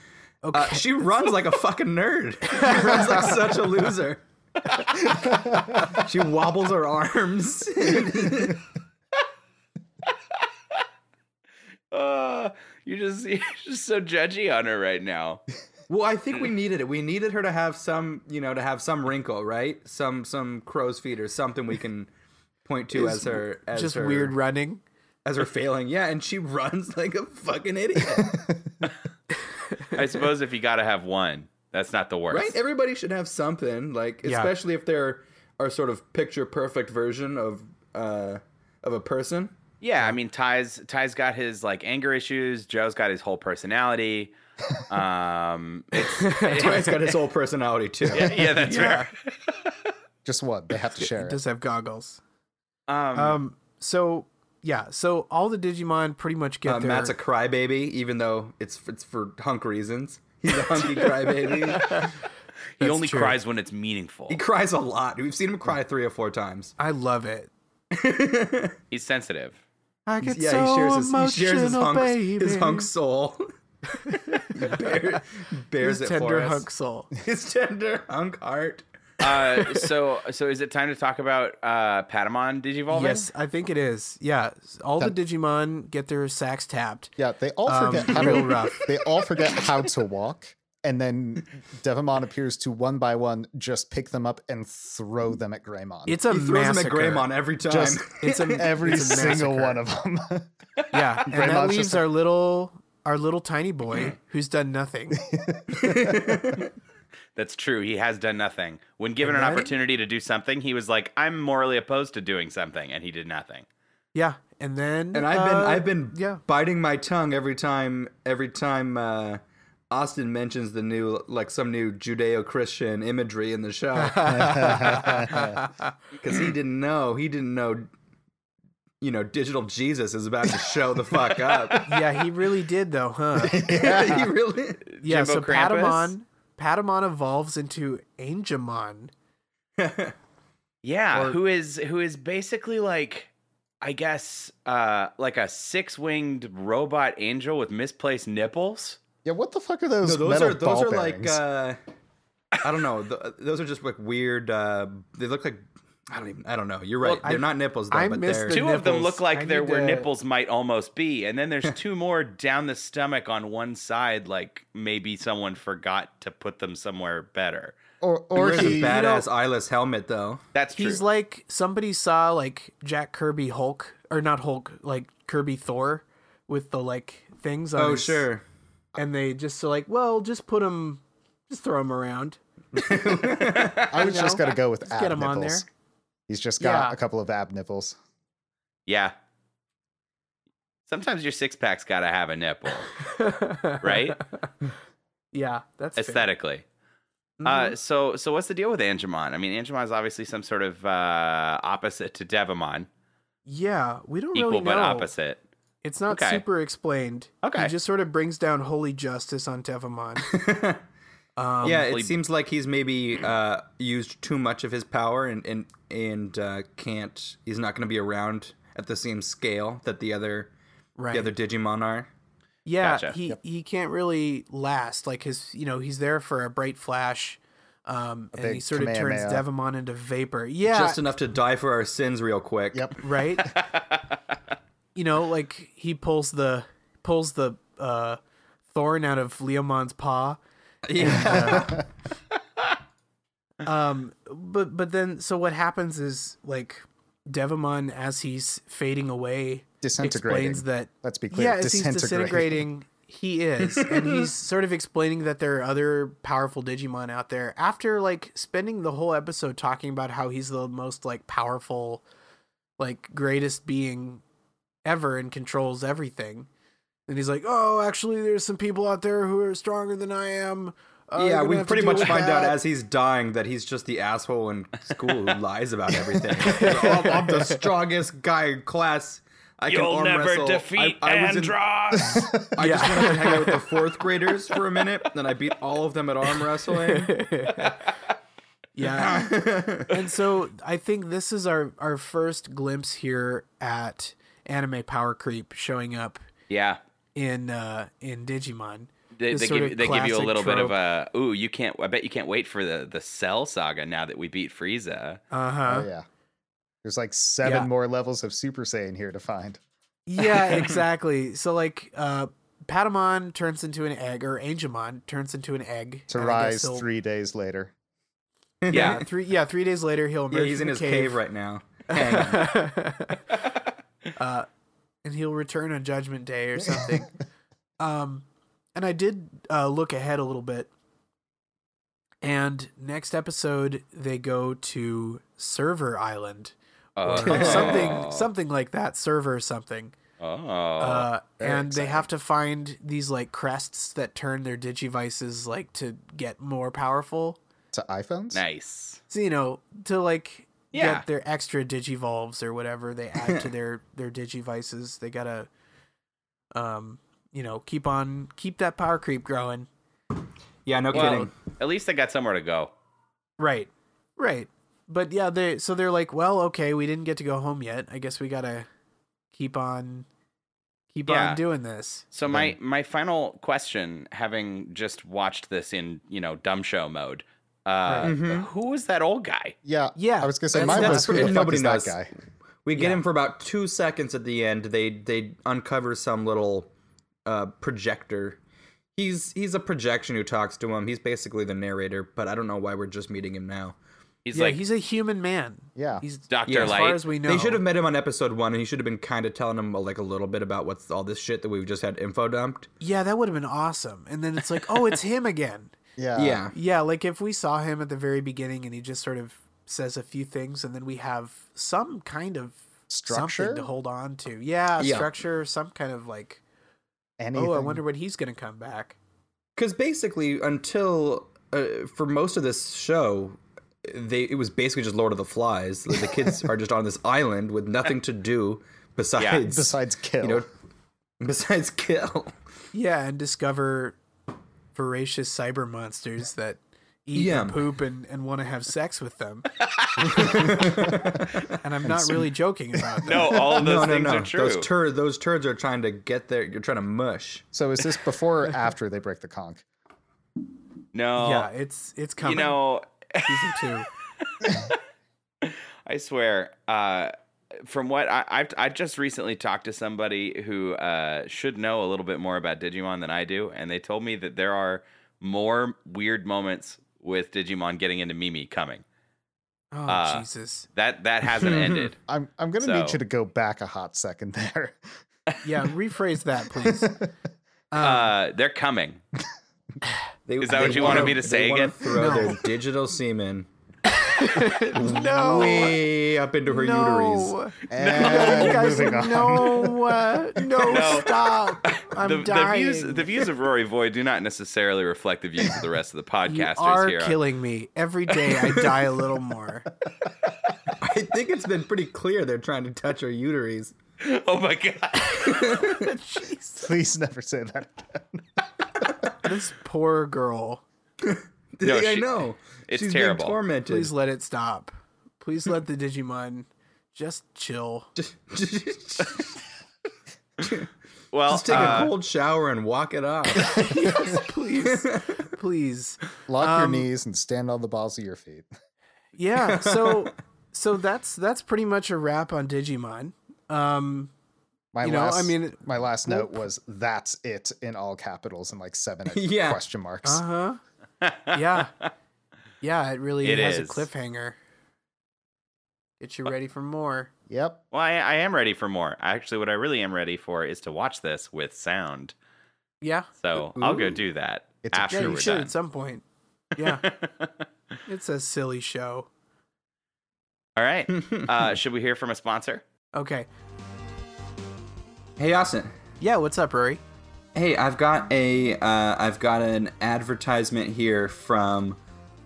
Speaker 1: Okay.
Speaker 3: Uh, she runs like a fucking nerd. She runs like such a loser. she wobbles her arms.
Speaker 2: Uh, you just you're just so judgy on her right now.
Speaker 3: Well, I think
Speaker 1: Mm.
Speaker 3: we needed it. We needed her to have some, you know, to have some wrinkle, right? Some some crow's feet or something we can point to
Speaker 1: Is
Speaker 3: as her as
Speaker 1: just
Speaker 3: her,
Speaker 1: weird running.
Speaker 3: as her failing. Yeah, and she runs like a fucking idiot.
Speaker 2: I suppose if you got to have one, that's not the worst.
Speaker 3: right? Everybody should have something like,
Speaker 1: Yeah.
Speaker 3: especially if they're our sort of picture perfect version of uh of a person.
Speaker 2: Yeah, I mean, Ty's Ty's got his like anger issues. Joe's got his whole personality. Um, it's,
Speaker 3: Ty's got his whole personality too.
Speaker 2: yeah, that's fair.
Speaker 6: Just one. They have to share
Speaker 1: It
Speaker 6: it.
Speaker 1: does have goggles.
Speaker 2: Um,
Speaker 1: Um, so yeah, so all the Digimon pretty much get
Speaker 3: Uh,
Speaker 1: their
Speaker 3: Matt's a crybaby, even though it's it's for hunk reasons. He's a hunky crybaby.
Speaker 2: he only
Speaker 1: true.
Speaker 2: cries when it's meaningful.
Speaker 3: He cries a lot. We've seen him cry three or four times.
Speaker 1: I love it.
Speaker 2: He's sensitive.
Speaker 1: I get
Speaker 3: yeah,
Speaker 1: so
Speaker 3: he shares his
Speaker 1: emotional,
Speaker 3: he shares his hunk
Speaker 1: baby.
Speaker 3: his hunk soul. He bear- bears
Speaker 1: His
Speaker 3: it
Speaker 1: tender
Speaker 3: for us.
Speaker 1: hunk soul.
Speaker 3: His tender hunk heart.
Speaker 2: Uh, so so is it time to talk about uh, Patamon Digivolving?
Speaker 1: Yes, I think it is. Yeah, all the
Speaker 6: That-
Speaker 1: Digimon get their sacks tapped.
Speaker 6: Yeah, they all
Speaker 1: Um,
Speaker 6: forget how
Speaker 1: real
Speaker 6: to
Speaker 1: rough.
Speaker 6: they all forget how to walk. And then Devamon appears to one by one just pick them up and throw them at Greymon.
Speaker 1: Mm, It's a
Speaker 3: He throws
Speaker 1: massacre.
Speaker 3: him at Greymon every time.
Speaker 6: just
Speaker 1: It's a
Speaker 6: every
Speaker 1: it's a
Speaker 6: single
Speaker 1: massacre.
Speaker 6: one of them.
Speaker 1: Yeah, and that
Speaker 6: Grandma's
Speaker 1: leaves
Speaker 6: just
Speaker 1: our little our little tiny boy who's done nothing.
Speaker 2: That's true. He has done nothing. When given an
Speaker 1: Right?
Speaker 2: opportunity to do something, he was like, "I'm morally opposed to doing something," and he did nothing.
Speaker 1: Yeah, and then
Speaker 3: and I've been
Speaker 1: uh,
Speaker 3: I've been
Speaker 1: yeah.
Speaker 3: biting my tongue every time every time uh, Austin mentions the new like some new Judeo-Christian imagery in the show because he didn't know he didn't know you know digital Jesus is about to show the fuck up.
Speaker 1: yeah he really did though, huh?
Speaker 3: he really
Speaker 1: Yeah,
Speaker 2: Jimbo
Speaker 1: so
Speaker 2: Krampus?
Speaker 1: Patamon Patamon evolves into Angemon.
Speaker 2: Yeah, who is who is basically like I guess uh like a six-winged robot angel with misplaced nipples.
Speaker 6: yeah, what the fuck are those?
Speaker 3: No, those
Speaker 6: metal
Speaker 3: are those
Speaker 6: ball
Speaker 3: are like
Speaker 6: bearings?
Speaker 3: uh, I don't know. Th- those are just like weird. Uh, they look like I don't even I don't know. You're right.
Speaker 1: I-
Speaker 3: they're not nipples though,
Speaker 1: I
Speaker 3: but
Speaker 1: miss
Speaker 3: they're
Speaker 1: the
Speaker 2: Two of them
Speaker 1: nipples.
Speaker 2: look
Speaker 1: I
Speaker 2: like they're
Speaker 1: need
Speaker 2: where
Speaker 1: to-
Speaker 2: nipples might almost be, and then there's two more down the stomach on one side, like maybe someone forgot to put them somewhere better.
Speaker 6: or or
Speaker 3: There's
Speaker 6: he,
Speaker 3: a badass eyeless helmet though.
Speaker 2: That's true.
Speaker 1: He's like somebody saw like Jack Kirby Hulk or not Hulk, like Kirby Thor with the like things on
Speaker 3: Oh
Speaker 1: his-
Speaker 3: sure.
Speaker 1: and they just so like, well, just put him just throw him around.
Speaker 6: I was just
Speaker 1: know.
Speaker 6: gonna go with
Speaker 1: Let's
Speaker 6: ab
Speaker 1: get him on
Speaker 6: nipples.
Speaker 1: there.
Speaker 6: He's just got
Speaker 1: Yeah.
Speaker 6: a couple of ab nipples.
Speaker 2: yeah. Sometimes your six pack's gotta have a nipple, right?
Speaker 1: Yeah, that's fair. Mm, Mm-hmm.
Speaker 2: Aesthetically. Uh, so so what's the deal with Angemon? I mean, Angemon is obviously some sort of uh, opposite to Devamon,
Speaker 1: Yeah, we don't
Speaker 2: equal
Speaker 1: really
Speaker 2: but
Speaker 1: know.
Speaker 2: opposite.
Speaker 1: It's not
Speaker 2: Okay.
Speaker 1: super explained.
Speaker 2: Okay.
Speaker 1: he just sort of brings down holy justice on Um, Devamon.
Speaker 3: yeah,
Speaker 2: Probably-
Speaker 3: it seems like he's maybe uh, used too much of his power and and and uh, can't. He's not going to be around at the same scale that the other
Speaker 1: right.
Speaker 3: the other Digimon are.
Speaker 1: Yeah,
Speaker 2: Gotcha.
Speaker 1: he he can't really last. Like his, you know, he's there for a bright flash, um, and he
Speaker 6: big
Speaker 1: sort of turns
Speaker 6: Kamehameha.
Speaker 1: Devamon into vapor. Yeah,
Speaker 3: Just enough to die for our sins real quick.
Speaker 6: Yep.
Speaker 1: right. you know, like he pulls the pulls the uh, thorn out of Leomon's paw.
Speaker 3: Yeah.
Speaker 1: Um, but but then so what happens is like Devamon as he's fading away
Speaker 6: Disintegrating.
Speaker 1: explains that
Speaker 6: Let's be clear.
Speaker 1: Yeah, as he's disintegrating, he is, and he's sort of explaining that there are other powerful Digimon out there. After like spending the whole episode talking about how he's the most like powerful, like greatest being ever and controls everything, and he's like, "Oh, actually, there's some people out there who are stronger than I am." Uh, you're
Speaker 3: yeah,
Speaker 1: gonna
Speaker 3: we
Speaker 1: have to
Speaker 3: pretty
Speaker 1: deal
Speaker 3: much
Speaker 1: with
Speaker 3: find out
Speaker 1: that."
Speaker 3: as he's dying that he's just the asshole in school who lies about everything. I'm, I'm the strongest guy in class. I can
Speaker 2: You'll
Speaker 3: arm
Speaker 2: never
Speaker 3: wrestle.
Speaker 2: defeat
Speaker 3: I, I was in-
Speaker 2: Andros.
Speaker 3: I just wanted to hang out with the fourth graders for a minute, then I beat all of them at arm wrestling.
Speaker 1: Yeah. and so I think this is our our first glimpse here at anime power creep showing up
Speaker 2: yeah.
Speaker 1: in uh in Digimon.
Speaker 2: They,
Speaker 1: This
Speaker 2: they,
Speaker 1: sort
Speaker 2: give,
Speaker 1: of
Speaker 2: they give you a
Speaker 1: classic
Speaker 2: little bit of
Speaker 1: trope.
Speaker 2: a ooh you can't I bet you can't wait for the the Cell saga now that we beat Frieza.
Speaker 1: Uh-huh.
Speaker 6: Oh, yeah. There's like seven
Speaker 1: Yeah.
Speaker 6: more levels of Super Saiyan here to find.
Speaker 1: Yeah, exactly. So like uh Patamon turns into an egg or Angemon turns into an egg
Speaker 6: To
Speaker 1: and I guess
Speaker 6: rise
Speaker 1: he'll-
Speaker 6: three days later.
Speaker 1: Yeah, three yeah, 3 days later he'll emerge
Speaker 3: Yeah, he's
Speaker 1: from
Speaker 3: in
Speaker 1: the
Speaker 3: his cave right now. Hang on.
Speaker 1: uh, and he'll return on Judgment Day or something. um, and I did uh, look ahead a little bit. And next episode, they go to Server Island,
Speaker 2: Oh.
Speaker 1: something, something like that. Server something.
Speaker 2: Oh.
Speaker 1: Uh, and they
Speaker 6: exciting.
Speaker 1: have to find these like crests that turn their digivices like to get more powerful.
Speaker 6: to iPhones.
Speaker 2: nice.
Speaker 1: So, you know, to like
Speaker 2: Yeah.
Speaker 1: get their extra digivolves or whatever they add to their their digivices. They gotta, um, you know, keep on keep that power creep growing.
Speaker 3: Yeah, no
Speaker 2: Well,
Speaker 3: kidding.
Speaker 2: at least they got somewhere to go.
Speaker 1: Right, right. But yeah, they so they're like, well, okay, we didn't get to go home yet. I guess we gotta keep on, keep
Speaker 2: Yeah.
Speaker 1: on doing this.
Speaker 2: So my my final question, having just watched this in you know dumb show mode, uh,
Speaker 1: Mm-hmm.
Speaker 2: who was that old guy?
Speaker 6: Yeah.
Speaker 1: Yeah,
Speaker 6: I was gonna say
Speaker 1: that's-
Speaker 6: mine
Speaker 1: that's
Speaker 6: was who
Speaker 3: what-
Speaker 6: the fuck
Speaker 3: nobody
Speaker 6: is
Speaker 3: knows.
Speaker 6: that guy?
Speaker 3: We get him for about two seconds at the end. They they uncover some little uh, projector. He's he's a projection who talks to him. He's basically the narrator, but I don't know why we're just meeting him now.
Speaker 2: He's
Speaker 1: yeah,
Speaker 2: like
Speaker 1: he's a human man.
Speaker 6: Yeah.
Speaker 1: he's
Speaker 2: Doctor
Speaker 3: yeah,
Speaker 1: as
Speaker 2: Light.
Speaker 1: far as we know.
Speaker 3: They should have met him on episode one, and he should have been kind of telling him like a little bit about what's all this shit that we've just had info dumped.
Speaker 1: Yeah, that would have been awesome. And then it's like, oh, it's him again.
Speaker 6: Yeah.
Speaker 3: yeah,
Speaker 1: Yeah, like if we saw him at the very beginning and he just sort of says a few things and then we have some kind of
Speaker 6: Structure?
Speaker 1: something to hold on to. Yeah,
Speaker 3: Yeah.
Speaker 1: structure, some kind of like,
Speaker 6: Anything.
Speaker 1: oh, I wonder when he's going to come back.
Speaker 3: because basically until uh, for most of this show, they it was basically just Lord of the Flies. The kids are just on this island with nothing to do besides
Speaker 6: Besides kill.
Speaker 3: you know, besides kill.
Speaker 1: Yeah, and discover voracious cyber monsters that eat and
Speaker 3: Yeah.
Speaker 1: poop and, and want to have sex with them. and I'm not really joking about that.
Speaker 2: no, all of those
Speaker 3: No, no,
Speaker 2: things
Speaker 3: no.
Speaker 2: are true.
Speaker 3: Those turds, those turds are trying to get there. You're trying to mush.
Speaker 6: so is this before or after they break the conch?
Speaker 2: no,
Speaker 1: Yeah, it's it's
Speaker 2: Oh, you
Speaker 1: coming.
Speaker 2: know,
Speaker 1: season two.
Speaker 2: I swear. Uh, from what I, I've I just recently talked to somebody who uh, should know a little bit more about Digimon than I do, and they told me that there are more weird moments with Digimon getting into Mimi coming.
Speaker 1: Oh,
Speaker 2: Uh,
Speaker 1: Jesus.
Speaker 2: That that hasn't
Speaker 1: Hmm.
Speaker 2: ended.
Speaker 6: I'm I'm gonna need
Speaker 2: So-
Speaker 6: you to go back a hot second there.
Speaker 1: Yeah, rephrase that, please. Um,
Speaker 2: Uh, they're coming.
Speaker 3: They,
Speaker 2: Is that
Speaker 3: they
Speaker 2: what you
Speaker 3: wanna-
Speaker 2: wanted me to
Speaker 3: they
Speaker 2: say
Speaker 3: wanna
Speaker 2: again?
Speaker 3: Throw
Speaker 1: No.
Speaker 3: their digital semen
Speaker 1: no.
Speaker 3: way up into her uterus.
Speaker 1: Oh. no.
Speaker 6: And
Speaker 1: You guys,
Speaker 6: moving on.
Speaker 1: no, uh, no,
Speaker 2: No.
Speaker 1: stop. I'm
Speaker 2: the, the
Speaker 1: dying.
Speaker 2: views the views of Rory Void do not necessarily reflect the views of the rest of the
Speaker 1: you
Speaker 2: podcasters
Speaker 1: are
Speaker 2: here. on-
Speaker 1: killing me. Every day I die a little more.
Speaker 3: I think it's been pretty clear they're trying to touch her uterus.
Speaker 2: Oh my god.
Speaker 6: Please never say that. again.
Speaker 1: This poor girl.
Speaker 2: No,
Speaker 3: I
Speaker 2: Oh, she-
Speaker 3: know.
Speaker 2: it's
Speaker 3: She's
Speaker 2: terrible.
Speaker 3: Being tormented.
Speaker 1: Please let it stop. Please let the Digimon just chill.
Speaker 3: Just
Speaker 2: Well,
Speaker 3: take
Speaker 2: uh,
Speaker 3: a cold shower and walk it off.
Speaker 1: Please. Please.
Speaker 6: Lock
Speaker 1: Um,
Speaker 6: your knees and stand on the balls of your feet.
Speaker 1: Yeah, so so that's that's pretty much a wrap on Digimon. Um
Speaker 6: My
Speaker 1: You know, I
Speaker 6: last,
Speaker 1: mean-
Speaker 6: my last note was "That's it" in all capitals and like seven
Speaker 3: Yeah.
Speaker 6: question marks.
Speaker 1: Uh huh. yeah. Yeah, it really
Speaker 2: It
Speaker 1: has
Speaker 2: is. Uh,
Speaker 1: a cliffhanger. Get you ready for more.
Speaker 6: Yep.
Speaker 2: well, I, I am ready for more. Actually, what I really am ready for is to watch this with sound.
Speaker 1: Yeah.
Speaker 2: So I'll go
Speaker 3: Ooh.
Speaker 2: do that
Speaker 6: It's a-
Speaker 2: after
Speaker 1: yeah, you
Speaker 2: we're
Speaker 1: should
Speaker 2: done.
Speaker 1: at some point. Yeah. it's a silly show.
Speaker 2: All right. Uh, should we hear from a sponsor?
Speaker 1: Okay.
Speaker 3: hey, Austin.
Speaker 1: Yeah, what's up, Rory?
Speaker 3: Hey, I've got a uh, I've got an advertisement here from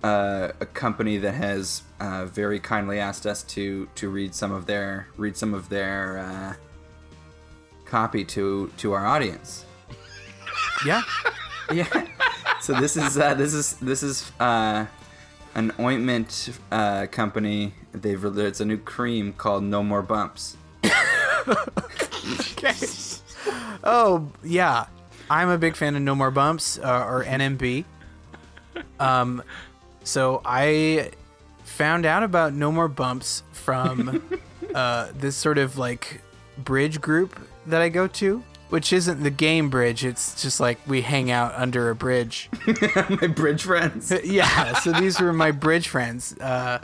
Speaker 3: uh, a company that has uh, very kindly asked us to to read some of their read some of their uh, copy to to our audience.
Speaker 1: Yeah.
Speaker 3: Yeah. so this is uh, this is this is uh, an ointment uh, company. They've re- it's a new cream called No More Bumps.
Speaker 1: Oh, yeah. I'm a big fan of No More Bumps uh, or NMB. Um, so I found out about No More Bumps from uh, this sort of like bridge group that I go to, which isn't the game bridge. It's just like we hang out under a bridge.
Speaker 3: My bridge friends.
Speaker 1: yeah. So these were my bridge friends. Uh,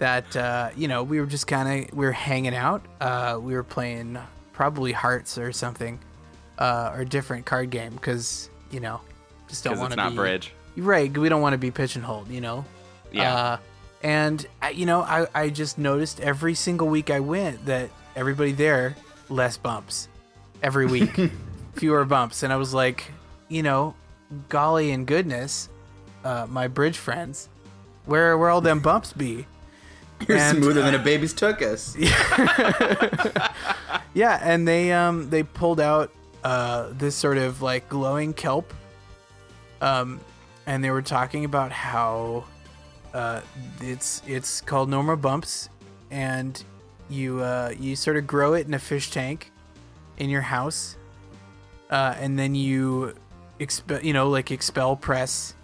Speaker 1: that uh, you know we were just kind of we were hanging out. Uh, we were playing probably Hearts or something, uh, or a different card game because you know just don't
Speaker 2: because
Speaker 1: want
Speaker 2: it's
Speaker 1: to
Speaker 2: not
Speaker 1: be
Speaker 2: bridge.
Speaker 1: right. We don't want to be pigeonholed, you know.
Speaker 2: Yeah.
Speaker 1: Uh, and I- you know, I, I just noticed every single week I went that everybody there less bumps every week, fewer bumps, and I was like, you know, golly and goodness, uh, my bridge friends, where where all them bumps be?
Speaker 3: You're
Speaker 1: And,
Speaker 3: smoother than a baby's tuchus.
Speaker 1: Yeah, and they um they pulled out uh this sort of like glowing kelp. Um and they were talking about how uh it's it's called no more bumps and you uh you sort of grow it in a fish tank in your house. Uh and then you expel you know like expel press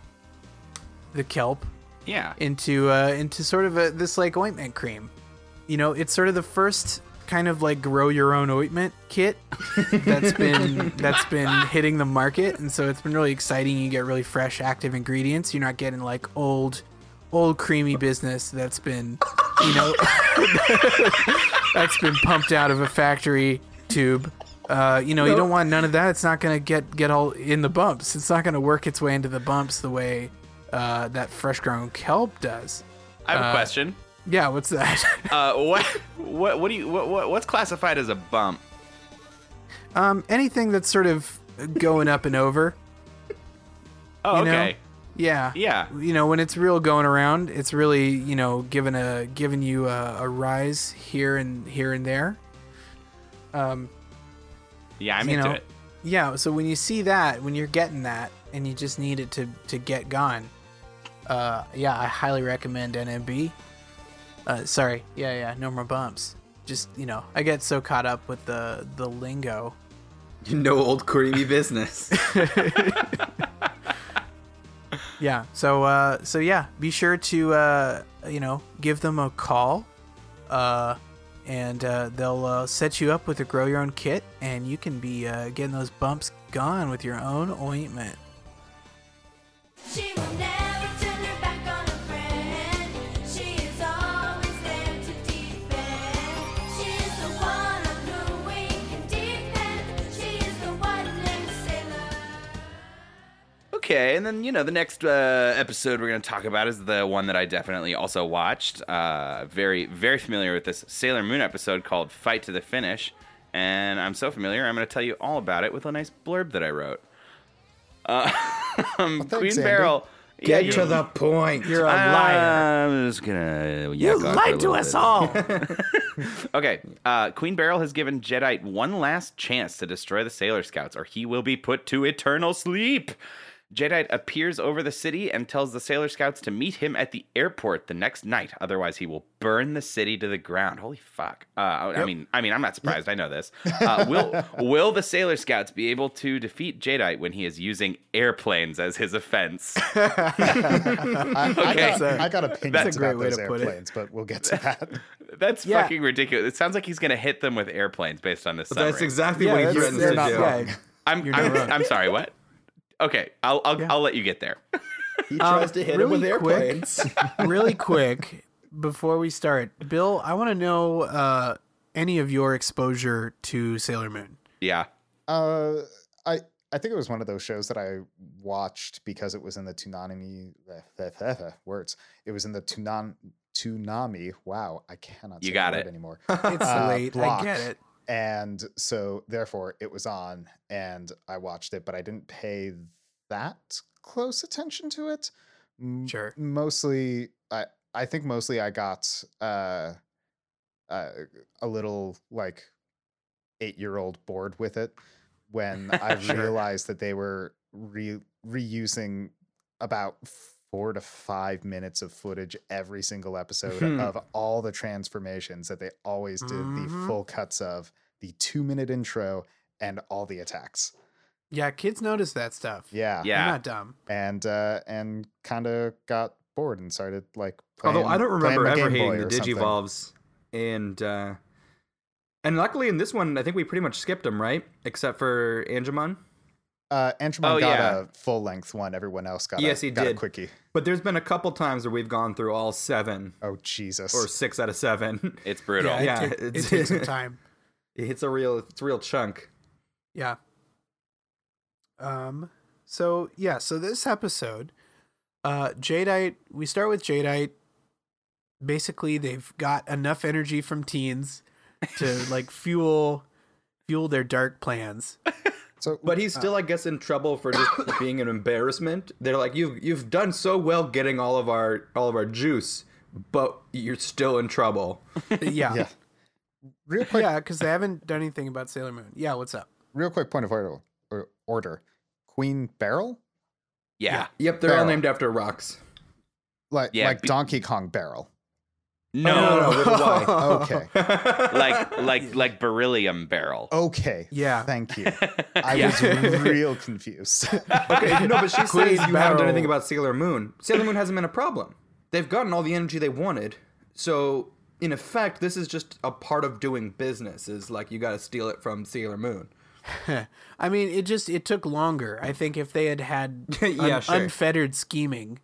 Speaker 1: the kelp
Speaker 2: yeah.
Speaker 1: into uh, into sort of a this like ointment cream. You know, it's sort of the first kind of like grow your own ointment kit that's been that's been hitting the market, and so it's been really exciting. You get really fresh, active ingredients. You're not getting like old, old creamy business that's been, you know, that's been pumped out of a factory tube. Uh, you know, you don't want none of that. It's not gonna get get all in the bumps. It's not gonna work its way into the bumps the way uh, that fresh grown kelp does.
Speaker 2: I
Speaker 1: uh,
Speaker 2: have a question.
Speaker 1: Yeah, what's that?
Speaker 2: Uh, what what what do you what, what what's classified as a bump?
Speaker 1: um, anything that's sort of going up and over.
Speaker 2: Oh,
Speaker 1: You know?
Speaker 2: okay.
Speaker 1: Yeah.
Speaker 2: Yeah.
Speaker 1: You know, when it's real going around, it's really you know giving a giving you a, a rise here and here and there.
Speaker 2: Yeah, I'm
Speaker 1: you
Speaker 2: into
Speaker 1: know.
Speaker 2: it.
Speaker 1: Yeah. So when you see that, when you're getting that, and you just need it to to get gone. Uh, yeah, I highly recommend NMB. Uh, sorry. Yeah, yeah. No more bumps. Just you know, I get so caught up with the the lingo.
Speaker 3: You know old creamy business.
Speaker 1: Yeah. So uh so yeah, be sure to uh you know, give them a call. Uh and uh, they'll uh, set you up with a grow your own kit and you can be uh, getting those bumps gone with your own ointment.
Speaker 7: She will never turn her back on a friend. She is always there to defend. She is the one on whom we can depend. She is the one named Sailor.
Speaker 2: Okay, and then you know the next uh, episode we're going to talk about is the one that I definitely also watched. Uh, very very familiar with this Sailor Moon episode called "Fight to the Finish," and I'm so familiar I'm going to tell you all about it with a nice blurb that I wrote. Uh, um,
Speaker 6: thanks,
Speaker 2: Queen
Speaker 6: Andy.
Speaker 2: Barrel,
Speaker 3: Get
Speaker 2: you-
Speaker 3: to the point.
Speaker 1: You're a liar.
Speaker 2: I'm just gonna. You
Speaker 1: all.
Speaker 2: Okay, uh, Queen Beryl has given Jedi one last chance to destroy the Sailor Scouts, or he will be put to eternal sleep. Jedi appears over the city and tells the Sailor Scouts to meet him at the airport the next night, otherwise he will burn the city to the ground. Holy fuck! Uh, I- I mean, I mean, I'm not surprised. I know this. Uh, will Will the Sailor Scouts be able to defeat Jedi when he is using airplanes as his offense?
Speaker 6: I, I
Speaker 2: Okay.
Speaker 6: got, I got opinions
Speaker 1: That's a great
Speaker 6: about
Speaker 1: way
Speaker 6: those
Speaker 1: to put it.
Speaker 6: airplanes, but we'll get to that.
Speaker 2: That's
Speaker 1: Yeah.
Speaker 2: fucking ridiculous. It sounds like he's gonna hit them with airplanes based on this.
Speaker 3: That's
Speaker 2: summary.
Speaker 3: exactly
Speaker 1: Yeah,
Speaker 3: what he
Speaker 1: that's-
Speaker 3: threatens
Speaker 1: they're
Speaker 3: to
Speaker 1: not
Speaker 3: do.
Speaker 1: wrong.
Speaker 2: I'm,
Speaker 1: You're not
Speaker 2: I'm,
Speaker 1: wrong.
Speaker 2: I'm sorry, what? Okay, I'll I'll, I'll let you get there.
Speaker 3: He tries
Speaker 1: Um,
Speaker 3: to hit him
Speaker 1: really
Speaker 3: with
Speaker 1: quick.
Speaker 3: airplanes.
Speaker 1: really quick before we start, Bill, I want to know uh, any of your exposure to Sailor Moon.
Speaker 2: Yeah.
Speaker 6: Uh, I I think it was one of those shows that I watched because it was in the Toonami words. It was in the Toonan Toonami. Wow, I cannot.
Speaker 2: You
Speaker 6: say
Speaker 2: got
Speaker 6: that word
Speaker 2: it.
Speaker 6: anymore.
Speaker 1: It's
Speaker 6: Uh,
Speaker 1: late. I
Speaker 6: block.
Speaker 1: get it.
Speaker 6: and so therefore it was on and i watched it but i didn't pay that close attention to it M-
Speaker 1: Sure.
Speaker 6: mostly i i think mostly i got uh, uh a little like eight year old bored with it when i
Speaker 2: Sure.
Speaker 6: realized that they were re- reusing about four to five minutes of footage every single episode
Speaker 3: Hmm.
Speaker 6: of all the transformations that they always did
Speaker 1: Mhm.
Speaker 3: Mm-hmm.
Speaker 6: the full cuts of the two minute intro and all the attacks
Speaker 1: Yeah, kids notice that stuff.
Speaker 6: yeah
Speaker 1: They're
Speaker 2: Yeah.
Speaker 1: not dumb.
Speaker 6: and uh and kind of got bored and started like playing,
Speaker 3: Although I don't
Speaker 6: playing
Speaker 3: remember
Speaker 6: my
Speaker 3: ever
Speaker 6: Game
Speaker 3: hating
Speaker 6: um, Boy
Speaker 3: the
Speaker 6: or something.
Speaker 3: Digivolves, and uh, and luckily in this one, I think we pretty much skipped them, right? Except for Angemon.
Speaker 6: Uh, Antremon
Speaker 2: Oh,
Speaker 6: got
Speaker 2: yeah.
Speaker 6: a full length one. Everyone else got
Speaker 3: Yes,
Speaker 6: a,
Speaker 3: he
Speaker 6: got a
Speaker 3: did.
Speaker 6: quickie.
Speaker 3: But there's been a couple times where we've gone through all seven
Speaker 6: Oh Jesus!
Speaker 3: or six out of seven.
Speaker 2: It's brutal.
Speaker 1: Yeah, it,
Speaker 3: Yeah,
Speaker 1: take- it
Speaker 3: it's-
Speaker 1: takes some time.
Speaker 3: It's a real, it's a real chunk.
Speaker 1: Yeah. Um. So yeah. So this episode, uh, Jadeite. We start with Jadeite. Basically, they've got enough energy from teens to like fuel fuel their dark plans.
Speaker 6: so,
Speaker 3: But he's still, I guess, in trouble for just being an embarrassment. They're like, you've you've done so well getting all of our all of our juice, but you're still in trouble.
Speaker 1: Yeah.
Speaker 6: yeah.
Speaker 1: yeah.
Speaker 6: Real quick,
Speaker 1: because they haven't done anything about Sailor Moon. Yeah, what's up?
Speaker 6: real quick point of order. Or order. Queen Barrel,
Speaker 2: yeah.
Speaker 3: Yep, they're all
Speaker 6: Barrel.
Speaker 3: named after rocks.
Speaker 6: like
Speaker 2: Yeah,
Speaker 6: like
Speaker 2: be-
Speaker 6: Donkey Kong Barrel.
Speaker 1: Oh,
Speaker 2: No,
Speaker 3: no, with a Y.
Speaker 6: Okay,
Speaker 2: like like like beryllium barrel.
Speaker 6: Oh. okay.
Speaker 1: Yeah.
Speaker 6: Thank you. I
Speaker 2: Yeah.
Speaker 6: was real confused.
Speaker 3: Okay, no, but she says you haven't
Speaker 1: Barrel.
Speaker 3: done anything about Sailor Moon. Sailor Moon hasn't been a problem. They've gotten all the energy they wanted. So, in effect, this is just a part of doing business. Is like you got to steal it from Sailor Moon.
Speaker 1: I mean, it just it took longer. I think if they had had
Speaker 3: Yeah,
Speaker 1: un-
Speaker 3: sure.
Speaker 1: unfettered scheming,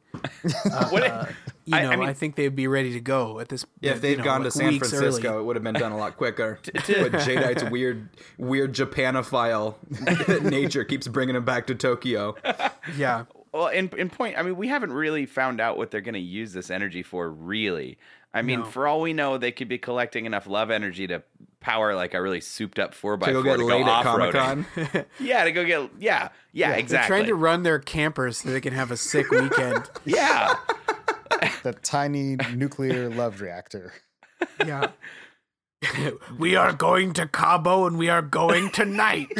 Speaker 2: What-
Speaker 3: Uh,
Speaker 1: you know,
Speaker 2: I-
Speaker 1: I,
Speaker 2: I mean-
Speaker 1: think they'd be ready to go at this.
Speaker 3: Yeah,
Speaker 1: you
Speaker 3: if they'd
Speaker 1: know,
Speaker 3: gone
Speaker 1: like
Speaker 3: to San
Speaker 1: weeks early.
Speaker 3: Francisco, it would have been done a lot quicker. but Jadeite's weird, weird Japanophile nature keeps bringing him back to Tokyo.
Speaker 1: Yeah,
Speaker 2: well, in in point, I mean, we haven't really found out what they're going to use this energy for, really. I mean, for all we know, they could be collecting enough love energy to power like a really souped up four by
Speaker 3: To
Speaker 2: four
Speaker 3: go get
Speaker 2: to go
Speaker 3: laid at Comic
Speaker 2: off-roading.
Speaker 3: Con.
Speaker 2: Yeah, to go get yeah, yeah, exactly.
Speaker 1: They're trying to run their camper so they can have a sick weekend.
Speaker 2: yeah,
Speaker 6: the tiny nuclear love reactor.
Speaker 1: yeah. we are going to Cabo and we are going tonight.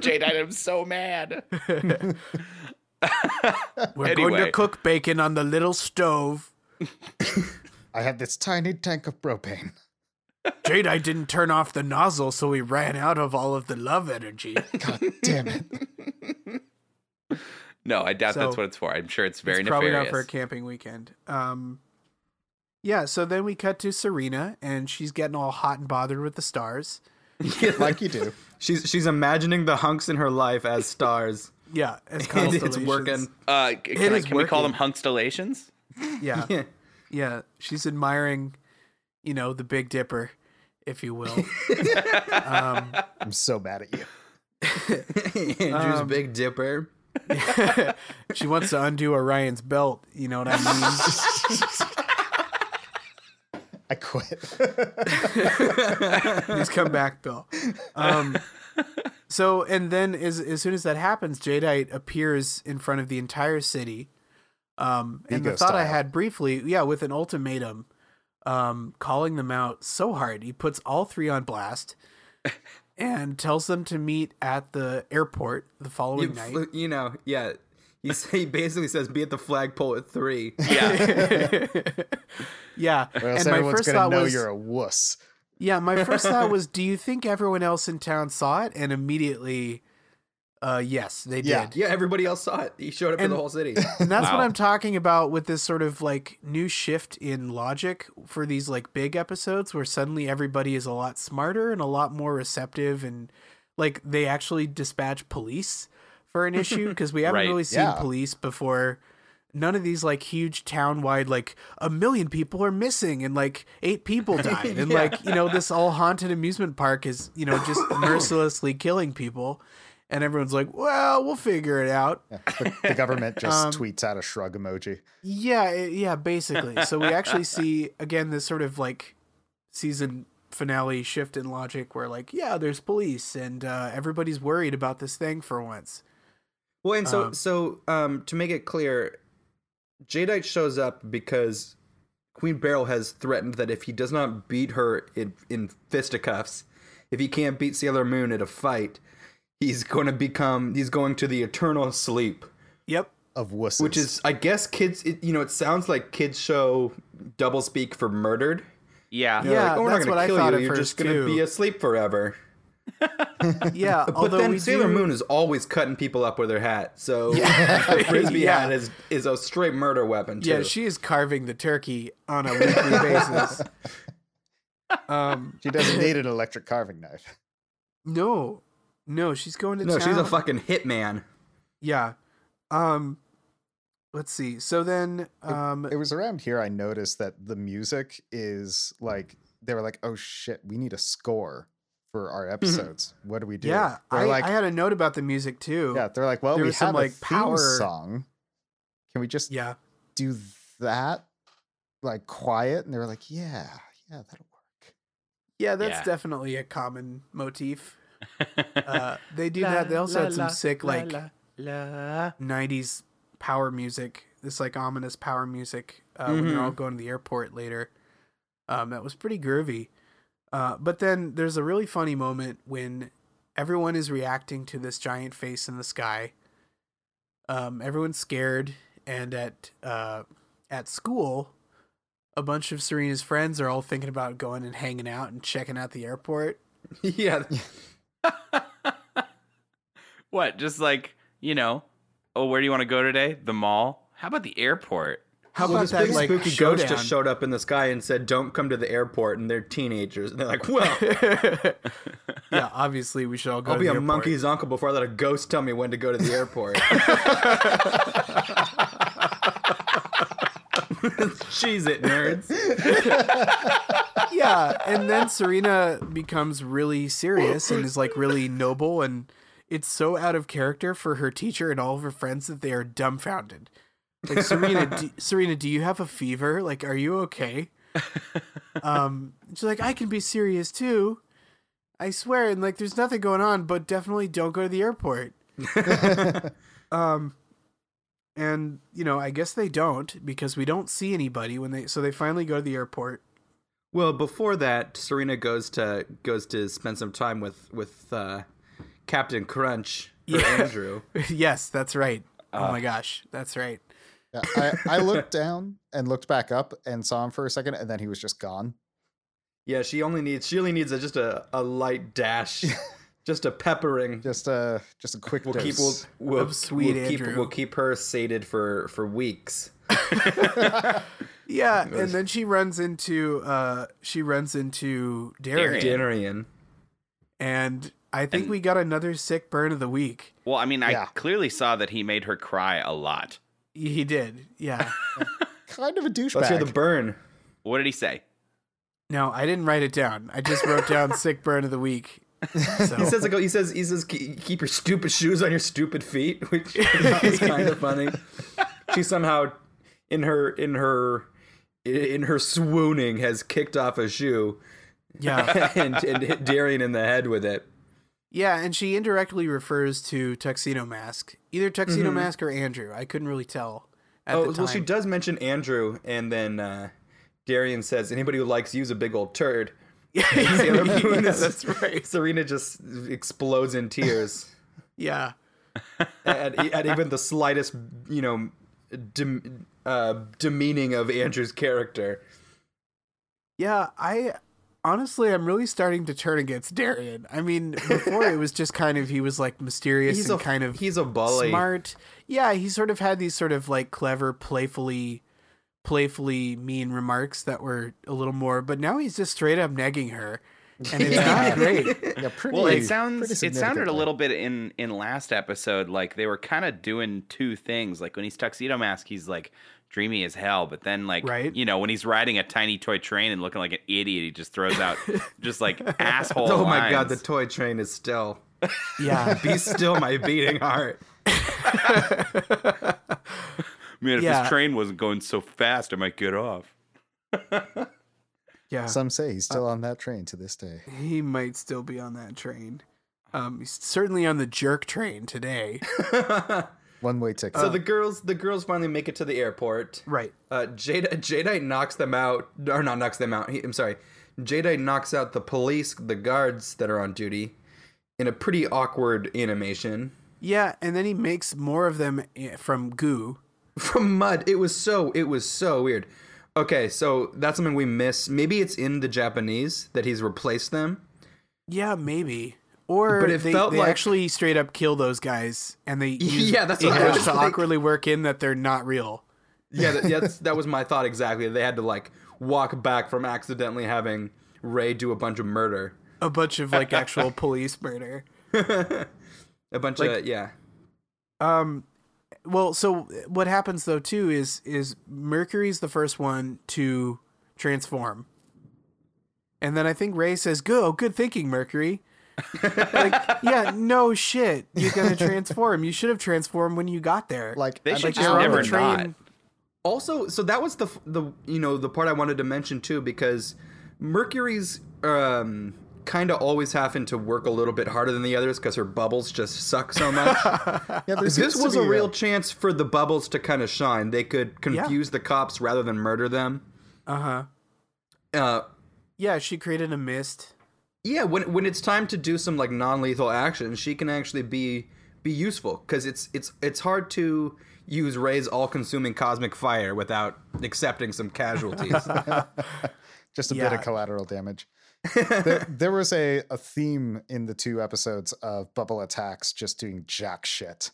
Speaker 2: Jade, I'm so mad.
Speaker 1: We're going
Speaker 2: Anyway.
Speaker 1: to cook bacon on the little stove.
Speaker 6: I have this tiny tank of propane.
Speaker 1: Jade, I didn't turn off the nozzle, so we ran out of all of the love energy.
Speaker 6: God damn it!
Speaker 2: No, I doubt that's
Speaker 1: So-
Speaker 2: what it's for. I'm sure it's very
Speaker 1: it's probably
Speaker 2: nefarious.
Speaker 1: not for a camping weekend. Um, yeah. So then we cut to Serena, and she's getting all hot and bothered with the stars.
Speaker 6: Like you do.
Speaker 3: She's she's imagining the hunks in her life as stars,
Speaker 1: Yeah, as
Speaker 3: and it's
Speaker 1: constellations.
Speaker 3: working.
Speaker 2: Uh, c- can I-
Speaker 1: is
Speaker 2: can we call them
Speaker 1: working.
Speaker 2: hunkstellations?
Speaker 1: Yeah,
Speaker 3: Yeah.
Speaker 1: yeah. She's admiring, you know, the Big Dipper, if you will. um,
Speaker 6: I'm so mad at you.
Speaker 1: Um,
Speaker 3: Andrew's Big Dipper.
Speaker 1: she wants to undo Orion's belt. You know what I mean?
Speaker 6: I quit.
Speaker 1: Please come back, Bill. Um, so, and then as as soon as that happens, Jadeite appears in front of the entire city. Um, and the
Speaker 6: Vigo
Speaker 1: thought I
Speaker 6: style.
Speaker 1: had briefly, yeah, with an ultimatum, um, calling them out so hard, he puts all three on blast. And tells them to meet at the airport the following
Speaker 3: You,
Speaker 1: night.
Speaker 3: fl- you know, yeah. He, s- he basically says, "Be at the flagpole at three.
Speaker 2: Yeah,
Speaker 1: yeah,
Speaker 6: Or else
Speaker 1: and my
Speaker 6: everyone's
Speaker 1: first
Speaker 6: gonna
Speaker 1: thought
Speaker 6: know
Speaker 1: was,
Speaker 6: you're a wuss.
Speaker 1: yeah, my first thought was, do you think everyone else in town saw it? And immediately, uh, yes, they
Speaker 6: Yeah.
Speaker 1: did.
Speaker 3: Yeah, everybody else saw it. He showed up in
Speaker 1: And-
Speaker 3: the whole city.
Speaker 1: And that's what
Speaker 2: Wow.
Speaker 1: I'm talking about with this sort of like new shift in logic for these like big episodes where suddenly everybody is a lot smarter and a lot more receptive and like they actually dispatch police for an issue because we haven't
Speaker 2: Right.
Speaker 1: really seen
Speaker 6: Yeah.
Speaker 1: police before. None of these like huge town wide like a million people are missing and like eight people died and like you know this all haunted amusement park is you know just mercilessly killing people and everyone's like well we'll figure it out
Speaker 6: The, the government just
Speaker 1: Um,
Speaker 6: tweets out a shrug emoji.
Speaker 1: yeah, i- yeah, basically. so we actually see again this sort of like season finale shift in logic where like, yeah, there's police and uh, everybody's worried about this thing for once.
Speaker 3: Well, and so
Speaker 1: Um,
Speaker 3: so um, to make it clear, Jadeite shows up because Queen Beryl has threatened that if he does not beat her in, in fisticuffs, if he can't beat Sailor Moon at a fight, he's going to become he's going to the eternal sleep,
Speaker 1: Yep.
Speaker 6: of wusses.
Speaker 3: which is I guess kids. It, you know, it sounds like kids show double speak for murdered.
Speaker 2: yeah.
Speaker 3: They're
Speaker 1: Yeah,
Speaker 3: like, "Oh, we're not
Speaker 1: that's
Speaker 3: gonna
Speaker 1: what I
Speaker 3: kill
Speaker 1: thought
Speaker 3: you.
Speaker 1: at
Speaker 3: You're
Speaker 1: first
Speaker 3: just going
Speaker 1: too.
Speaker 3: to be asleep forever.
Speaker 1: Yeah,
Speaker 3: But
Speaker 1: although
Speaker 3: then
Speaker 1: we
Speaker 3: Sailor
Speaker 1: do-
Speaker 3: Moon is always cutting people up with her hat, so the frisbee
Speaker 1: Yeah.
Speaker 3: hat is is a straight murder weapon. Too.
Speaker 1: Yeah, she is carving the turkey on a weekly basis. Um
Speaker 6: she doesn't need an electric carving knife.
Speaker 1: no. No, she's going to
Speaker 3: No,
Speaker 1: town.
Speaker 3: she's a fucking hitman.
Speaker 1: Yeah. Um let's see. So then um
Speaker 6: It was around here I noticed that the music is like they were like, oh shit, we need a score for our episodes. What do we do?
Speaker 1: Mm-hmm. yeah,
Speaker 6: they're
Speaker 1: I,
Speaker 6: like,
Speaker 1: I had a note about the music too.
Speaker 6: yeah, they're like, well,
Speaker 1: there
Speaker 6: we
Speaker 1: was
Speaker 6: have
Speaker 1: some, like,
Speaker 6: like a
Speaker 1: power-
Speaker 6: power song. Can we just
Speaker 1: Yeah.
Speaker 6: do that? Like quiet, and they were like, yeah, yeah, that'll work.
Speaker 1: Yeah, that's
Speaker 2: Yeah.
Speaker 1: definitely a common motif. Uh, they do that. They also had some sick like 90s power music. This like ominous power music uh, when they're all going to the airport later. Um, that was pretty groovy. Uh, but then there's a really funny moment when everyone is reacting to this giant face in the sky. Um, everyone's scared, and at uh, at school, a bunch of Serena's friends are all thinking about going and hanging out and checking out the airport.
Speaker 3: yeah.
Speaker 2: What? Just like, you know, oh, where do you want to go today? The mall? How about the airport?
Speaker 1: How
Speaker 3: Well,
Speaker 1: about
Speaker 3: this
Speaker 1: that
Speaker 3: big
Speaker 1: like
Speaker 3: spooky ghost
Speaker 1: showdown?
Speaker 3: just showed up in the sky and said, "Don't come to the airport." And they're teenagers, and they're like, "Well,
Speaker 1: yeah, obviously we should all go.
Speaker 3: I'll
Speaker 1: to
Speaker 3: be
Speaker 1: the
Speaker 3: a
Speaker 1: airport.
Speaker 3: monkey's uncle before I let a ghost tell me when to go to the airport." Cheese it, nerds.
Speaker 1: yeah and then serena becomes really serious and is like really noble and it's so out of character for her teacher and all of her friends that they are dumbfounded like serena do, serena do you have a fever like are you okay um she's like i can be serious too i swear and like there's nothing going on but definitely don't go to the airport um and you know i guess they don't because we don't see anybody when they so they finally go to the airport
Speaker 3: Well, before that, Serena goes to goes to spend some time with with uh, Captain Crunch or
Speaker 1: Yeah.
Speaker 3: Andrew.
Speaker 1: yes, that's right. oh my gosh, that's right.
Speaker 6: Yeah, I, I looked down and looked back up and saw him for a second, and then he was just gone.
Speaker 3: Yeah, she only needs she only needs a, just a, a light dash, just a peppering.
Speaker 6: Just a just a quick
Speaker 3: We'll
Speaker 6: dose.
Speaker 3: keep we'll, we'll,
Speaker 1: Of sweet
Speaker 3: we'll keep
Speaker 1: Andrew.
Speaker 3: we'll keep her sated for for weeks.
Speaker 1: Yeah, and then she runs into uh she runs into Derek,
Speaker 2: Darian.
Speaker 3: Darian.
Speaker 1: and I think
Speaker 2: And-
Speaker 1: we got another sick burn of the week.
Speaker 2: Well, I mean, I
Speaker 6: Yeah.
Speaker 2: clearly saw that he made her cry a lot.
Speaker 1: He did. Yeah.
Speaker 6: kind of a douchebag.
Speaker 3: Let's hear the burn.
Speaker 2: What did he say?
Speaker 1: no, I didn't write it down. I just wrote down sick burn of the week. So
Speaker 3: He says he says he says "Ke- keep your stupid shoes on your stupid feet, which is kind of funny. She somehow in her in her in her swooning has kicked off a shoe
Speaker 1: yeah.
Speaker 3: and, and hit Darian in the head with it.
Speaker 1: Yeah, and she indirectly refers to Tuxedo Mask. Either Tuxedo Mask or Andrew. I couldn't really tell at
Speaker 3: Oh
Speaker 1: the time.
Speaker 3: well, she does mention Andrew, and then uh, Darian says, "Anybody who likes you's a big old turd."
Speaker 1: yeah, that's right.
Speaker 3: Serena just explodes in tears.
Speaker 1: Yeah.
Speaker 3: at, e, at even the slightest, you know, dem, uh, demeaning of Andrew's character.
Speaker 1: Yeah, I honestly, I'm really starting to turn against Darian. I mean, before it was just kind of he was like mysterious
Speaker 3: He's
Speaker 1: and
Speaker 3: a-
Speaker 1: kind of
Speaker 3: he's a bully.
Speaker 1: smart. Yeah, he sort of had these sort of like clever, playfully, playfully mean remarks that were a little more. But now he's just straight up negging her, and it's not great.
Speaker 6: Yeah, pretty.
Speaker 2: Well, it
Speaker 6: pretty
Speaker 2: sounds it sounded a
Speaker 6: significantly.
Speaker 2: little bit in in last episode like they were kind of doing two things. Like when he's tuxedo mask, he's like dreamy as hell, but then like
Speaker 1: Right.
Speaker 2: you know when he's riding a tiny toy train and looking like an idiot, he just throws out just like asshole.
Speaker 3: Oh my god, the
Speaker 2: lines.
Speaker 3: toy train is still.
Speaker 1: Yeah,
Speaker 3: Be still, my beating heart.
Speaker 2: man! If
Speaker 1: Yeah.
Speaker 2: this train wasn't going so fast, I might get off.
Speaker 1: yeah.
Speaker 6: Some say
Speaker 3: Uh
Speaker 6: he's still on that train to this day.
Speaker 1: he might still be on that train. Um, he's certainly on the jerk train today.
Speaker 6: One way ticket.
Speaker 3: So the girls, the girls finally make it to the airport.
Speaker 1: Right.
Speaker 3: Uh, Jedi, Jedi knocks them out, or not knocks them out. He, I'm sorry. Jedi knocks out the police, the guards that are on duty, in a pretty awkward animation.
Speaker 1: Yeah, and then he makes more of them eh, from goo.
Speaker 3: from mud. It was so it was so weird. Okay, so that's something we miss. Maybe it's in the Japanese that he's replaced them.
Speaker 1: Yeah, maybe. Or
Speaker 3: But it
Speaker 1: they,
Speaker 3: felt
Speaker 1: they
Speaker 3: like-
Speaker 1: actually straight up kill those guys, and they use
Speaker 3: Yeah, that's what I
Speaker 1: English
Speaker 3: was
Speaker 1: to
Speaker 3: thinking.
Speaker 1: awkwardly work in that they're not real.
Speaker 3: Yeah, that, yeah, that's, that was my thought exactly. They had to like walk back from accidentally having Ray do a bunch of murder.
Speaker 1: A bunch of like actual police murder.
Speaker 3: a bunch of yeah.
Speaker 1: Um, well, so what happens though too is is Mercury's the first one to transform, and then I think Ray says, "Good, oh, good thinking, Mercury." like, yeah, no shit, you're gonna transform. You should have transformed when you got there.
Speaker 6: Like,
Speaker 2: They
Speaker 6: an
Speaker 2: should just
Speaker 1: they're on
Speaker 6: hour
Speaker 1: the
Speaker 2: never
Speaker 6: and-
Speaker 2: not.
Speaker 1: train.
Speaker 3: Also, so that was the f- the you know the part I wanted to mention too because Mercury's um kind of always having to work a little bit harder than the others because her bubbles just suck so much.
Speaker 6: Yeah, there
Speaker 3: this
Speaker 6: seems to
Speaker 3: was
Speaker 6: be uh,
Speaker 3: a real chance for the bubbles to kind of shine. They could confuse the cops rather than murder them. Uh-huh. Uh
Speaker 1: Yeah, she created a mist.
Speaker 3: yeah, when when it's time to do some like non-lethal action, she can actually be be useful cuz it's it's it's hard to use Ray's all-consuming cosmic fire without accepting some casualties.
Speaker 6: just a bit
Speaker 1: Yeah.
Speaker 6: of collateral damage. there, there was a, a theme in the two episodes of bubble attacks just doing jack shit.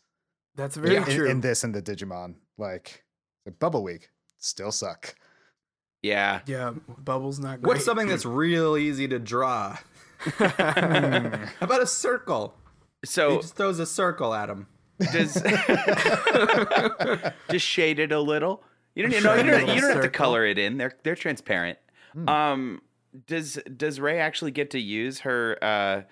Speaker 1: That's very
Speaker 6: in,
Speaker 1: true.
Speaker 6: in this and the Digimon. Like Bubble Week still suck.
Speaker 2: Yeah.
Speaker 1: yeah, bubbles not great.
Speaker 3: What's something that's real easy to draw? How about a circle? He
Speaker 2: So
Speaker 3: just throws a circle at him.
Speaker 2: does just shade it a little. You don't, you know, you don't, you don't have to color it in. They're they're transparent. Um, does does Ray actually get to use her uh,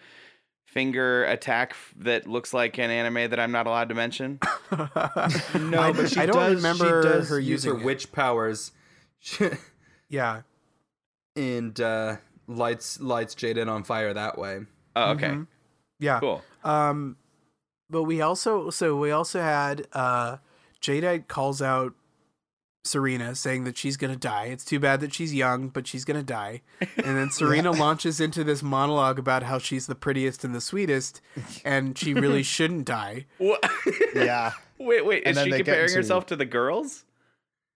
Speaker 2: finger attack f- that looks like an anime that I'm not allowed to mention?
Speaker 3: No,
Speaker 1: I-
Speaker 3: but she
Speaker 1: I don't
Speaker 3: does,
Speaker 1: remember
Speaker 3: she does
Speaker 1: her
Speaker 3: use her
Speaker 1: using it.
Speaker 3: witch powers
Speaker 1: yeah,
Speaker 3: and uh, lights lights Jaden on fire that way.
Speaker 2: Oh, okay,
Speaker 1: yeah.
Speaker 2: cool.
Speaker 1: Um, but we also so we also had uh, Jadeite calls out Serena saying that she's gonna die. It's too bad that she's young, but she's gonna die. And then Serena launches into this monologue about how she's the prettiest and the sweetest, and she really shouldn't die.
Speaker 2: What?
Speaker 6: Yeah.
Speaker 2: wait, wait.
Speaker 6: And
Speaker 2: Is
Speaker 6: then
Speaker 2: she
Speaker 6: they get
Speaker 2: comparing
Speaker 6: into-
Speaker 2: herself to the girls?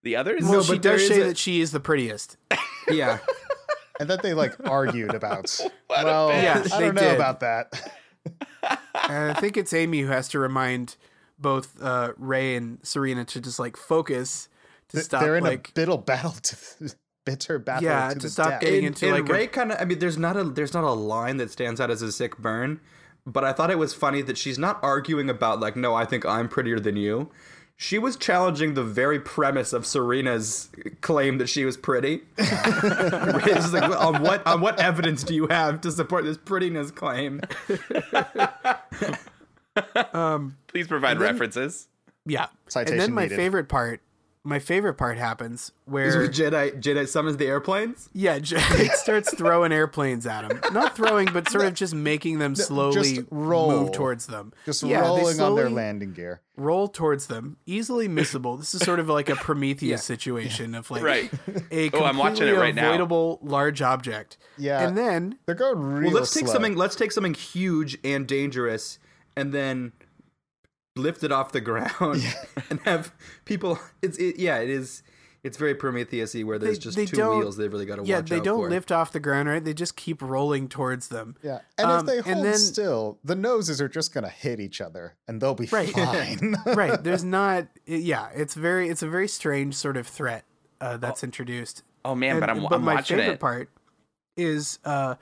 Speaker 2: The others?
Speaker 1: Well,
Speaker 3: No,
Speaker 1: she
Speaker 3: but there
Speaker 1: does
Speaker 3: is
Speaker 1: say
Speaker 3: a-
Speaker 1: that she is the prettiest.
Speaker 3: Yeah,
Speaker 6: and then they like argued about
Speaker 2: What a
Speaker 6: well,
Speaker 1: Yeah,
Speaker 6: I
Speaker 1: they
Speaker 6: don't know
Speaker 1: did.
Speaker 6: about that.
Speaker 1: And I think it's Amy who has to remind both uh, Ray and Serena to just like focus to
Speaker 6: Th-
Speaker 1: stop
Speaker 6: They're in
Speaker 1: like
Speaker 6: a bitter battle to the, bitter battle
Speaker 1: Yeah,
Speaker 6: to,
Speaker 1: to
Speaker 6: the
Speaker 1: stop
Speaker 6: death.
Speaker 1: getting
Speaker 3: and,
Speaker 1: into,
Speaker 3: and
Speaker 1: like, a-
Speaker 3: Ray kind of. I mean, there's not a there's not a line that stands out as a sick burn, but I thought it was funny that she's not arguing about like, no, I think I'm prettier than you. She was challenging the very premise of Serena's claim that she was pretty. Ray's just like, on what on what evidence do you have to support this prettiness claim?
Speaker 2: Please provide references.
Speaker 1: yeah. and then
Speaker 6: Citation
Speaker 1: my
Speaker 6: needed.
Speaker 1: favorite part, my favorite part happens
Speaker 3: Is
Speaker 1: where
Speaker 3: where Jedi Jedi summons the airplanes?
Speaker 1: Yeah, j- it starts throwing airplanes at them. Not throwing, but sort of just making them slowly
Speaker 6: roll.
Speaker 1: move towards them.
Speaker 6: Just
Speaker 1: Yeah, they
Speaker 6: rolling on their
Speaker 1: slowly
Speaker 6: landing gear.
Speaker 1: Roll towards them, easily missable. This is sort of like a Prometheus situation of like
Speaker 2: Right.
Speaker 1: a
Speaker 2: Oh, I'm watching it
Speaker 1: completely
Speaker 2: right now.
Speaker 1: avoidable large object.
Speaker 6: Yeah.
Speaker 1: and then
Speaker 6: They're going real
Speaker 3: Well, let's take
Speaker 6: slow.
Speaker 3: something. Let's take something huge and dangerous, and then lift it off the ground and have people. It's it, yeah, it is. It's very Prometheus-y where there's
Speaker 1: They-
Speaker 3: just
Speaker 1: they
Speaker 3: 2
Speaker 1: don't-
Speaker 3: wheels. They've really got to
Speaker 1: yeah,
Speaker 3: watch
Speaker 1: they
Speaker 3: out
Speaker 1: don't
Speaker 3: for.
Speaker 1: lift off the ground, right? They just keep rolling towards them.
Speaker 6: Yeah. And
Speaker 1: Um,
Speaker 6: if they
Speaker 1: and
Speaker 6: hold
Speaker 1: then-
Speaker 6: still, the noses are just gonna hit each other and they'll be
Speaker 1: Right.
Speaker 6: fine.
Speaker 1: right. There's not. Yeah, it's very. It's a very strange sort of threat uh, that's introduced.
Speaker 2: Oh man, but I'm,
Speaker 1: but
Speaker 2: I'm
Speaker 1: my
Speaker 2: watching
Speaker 1: favorite
Speaker 2: it.
Speaker 1: part is uh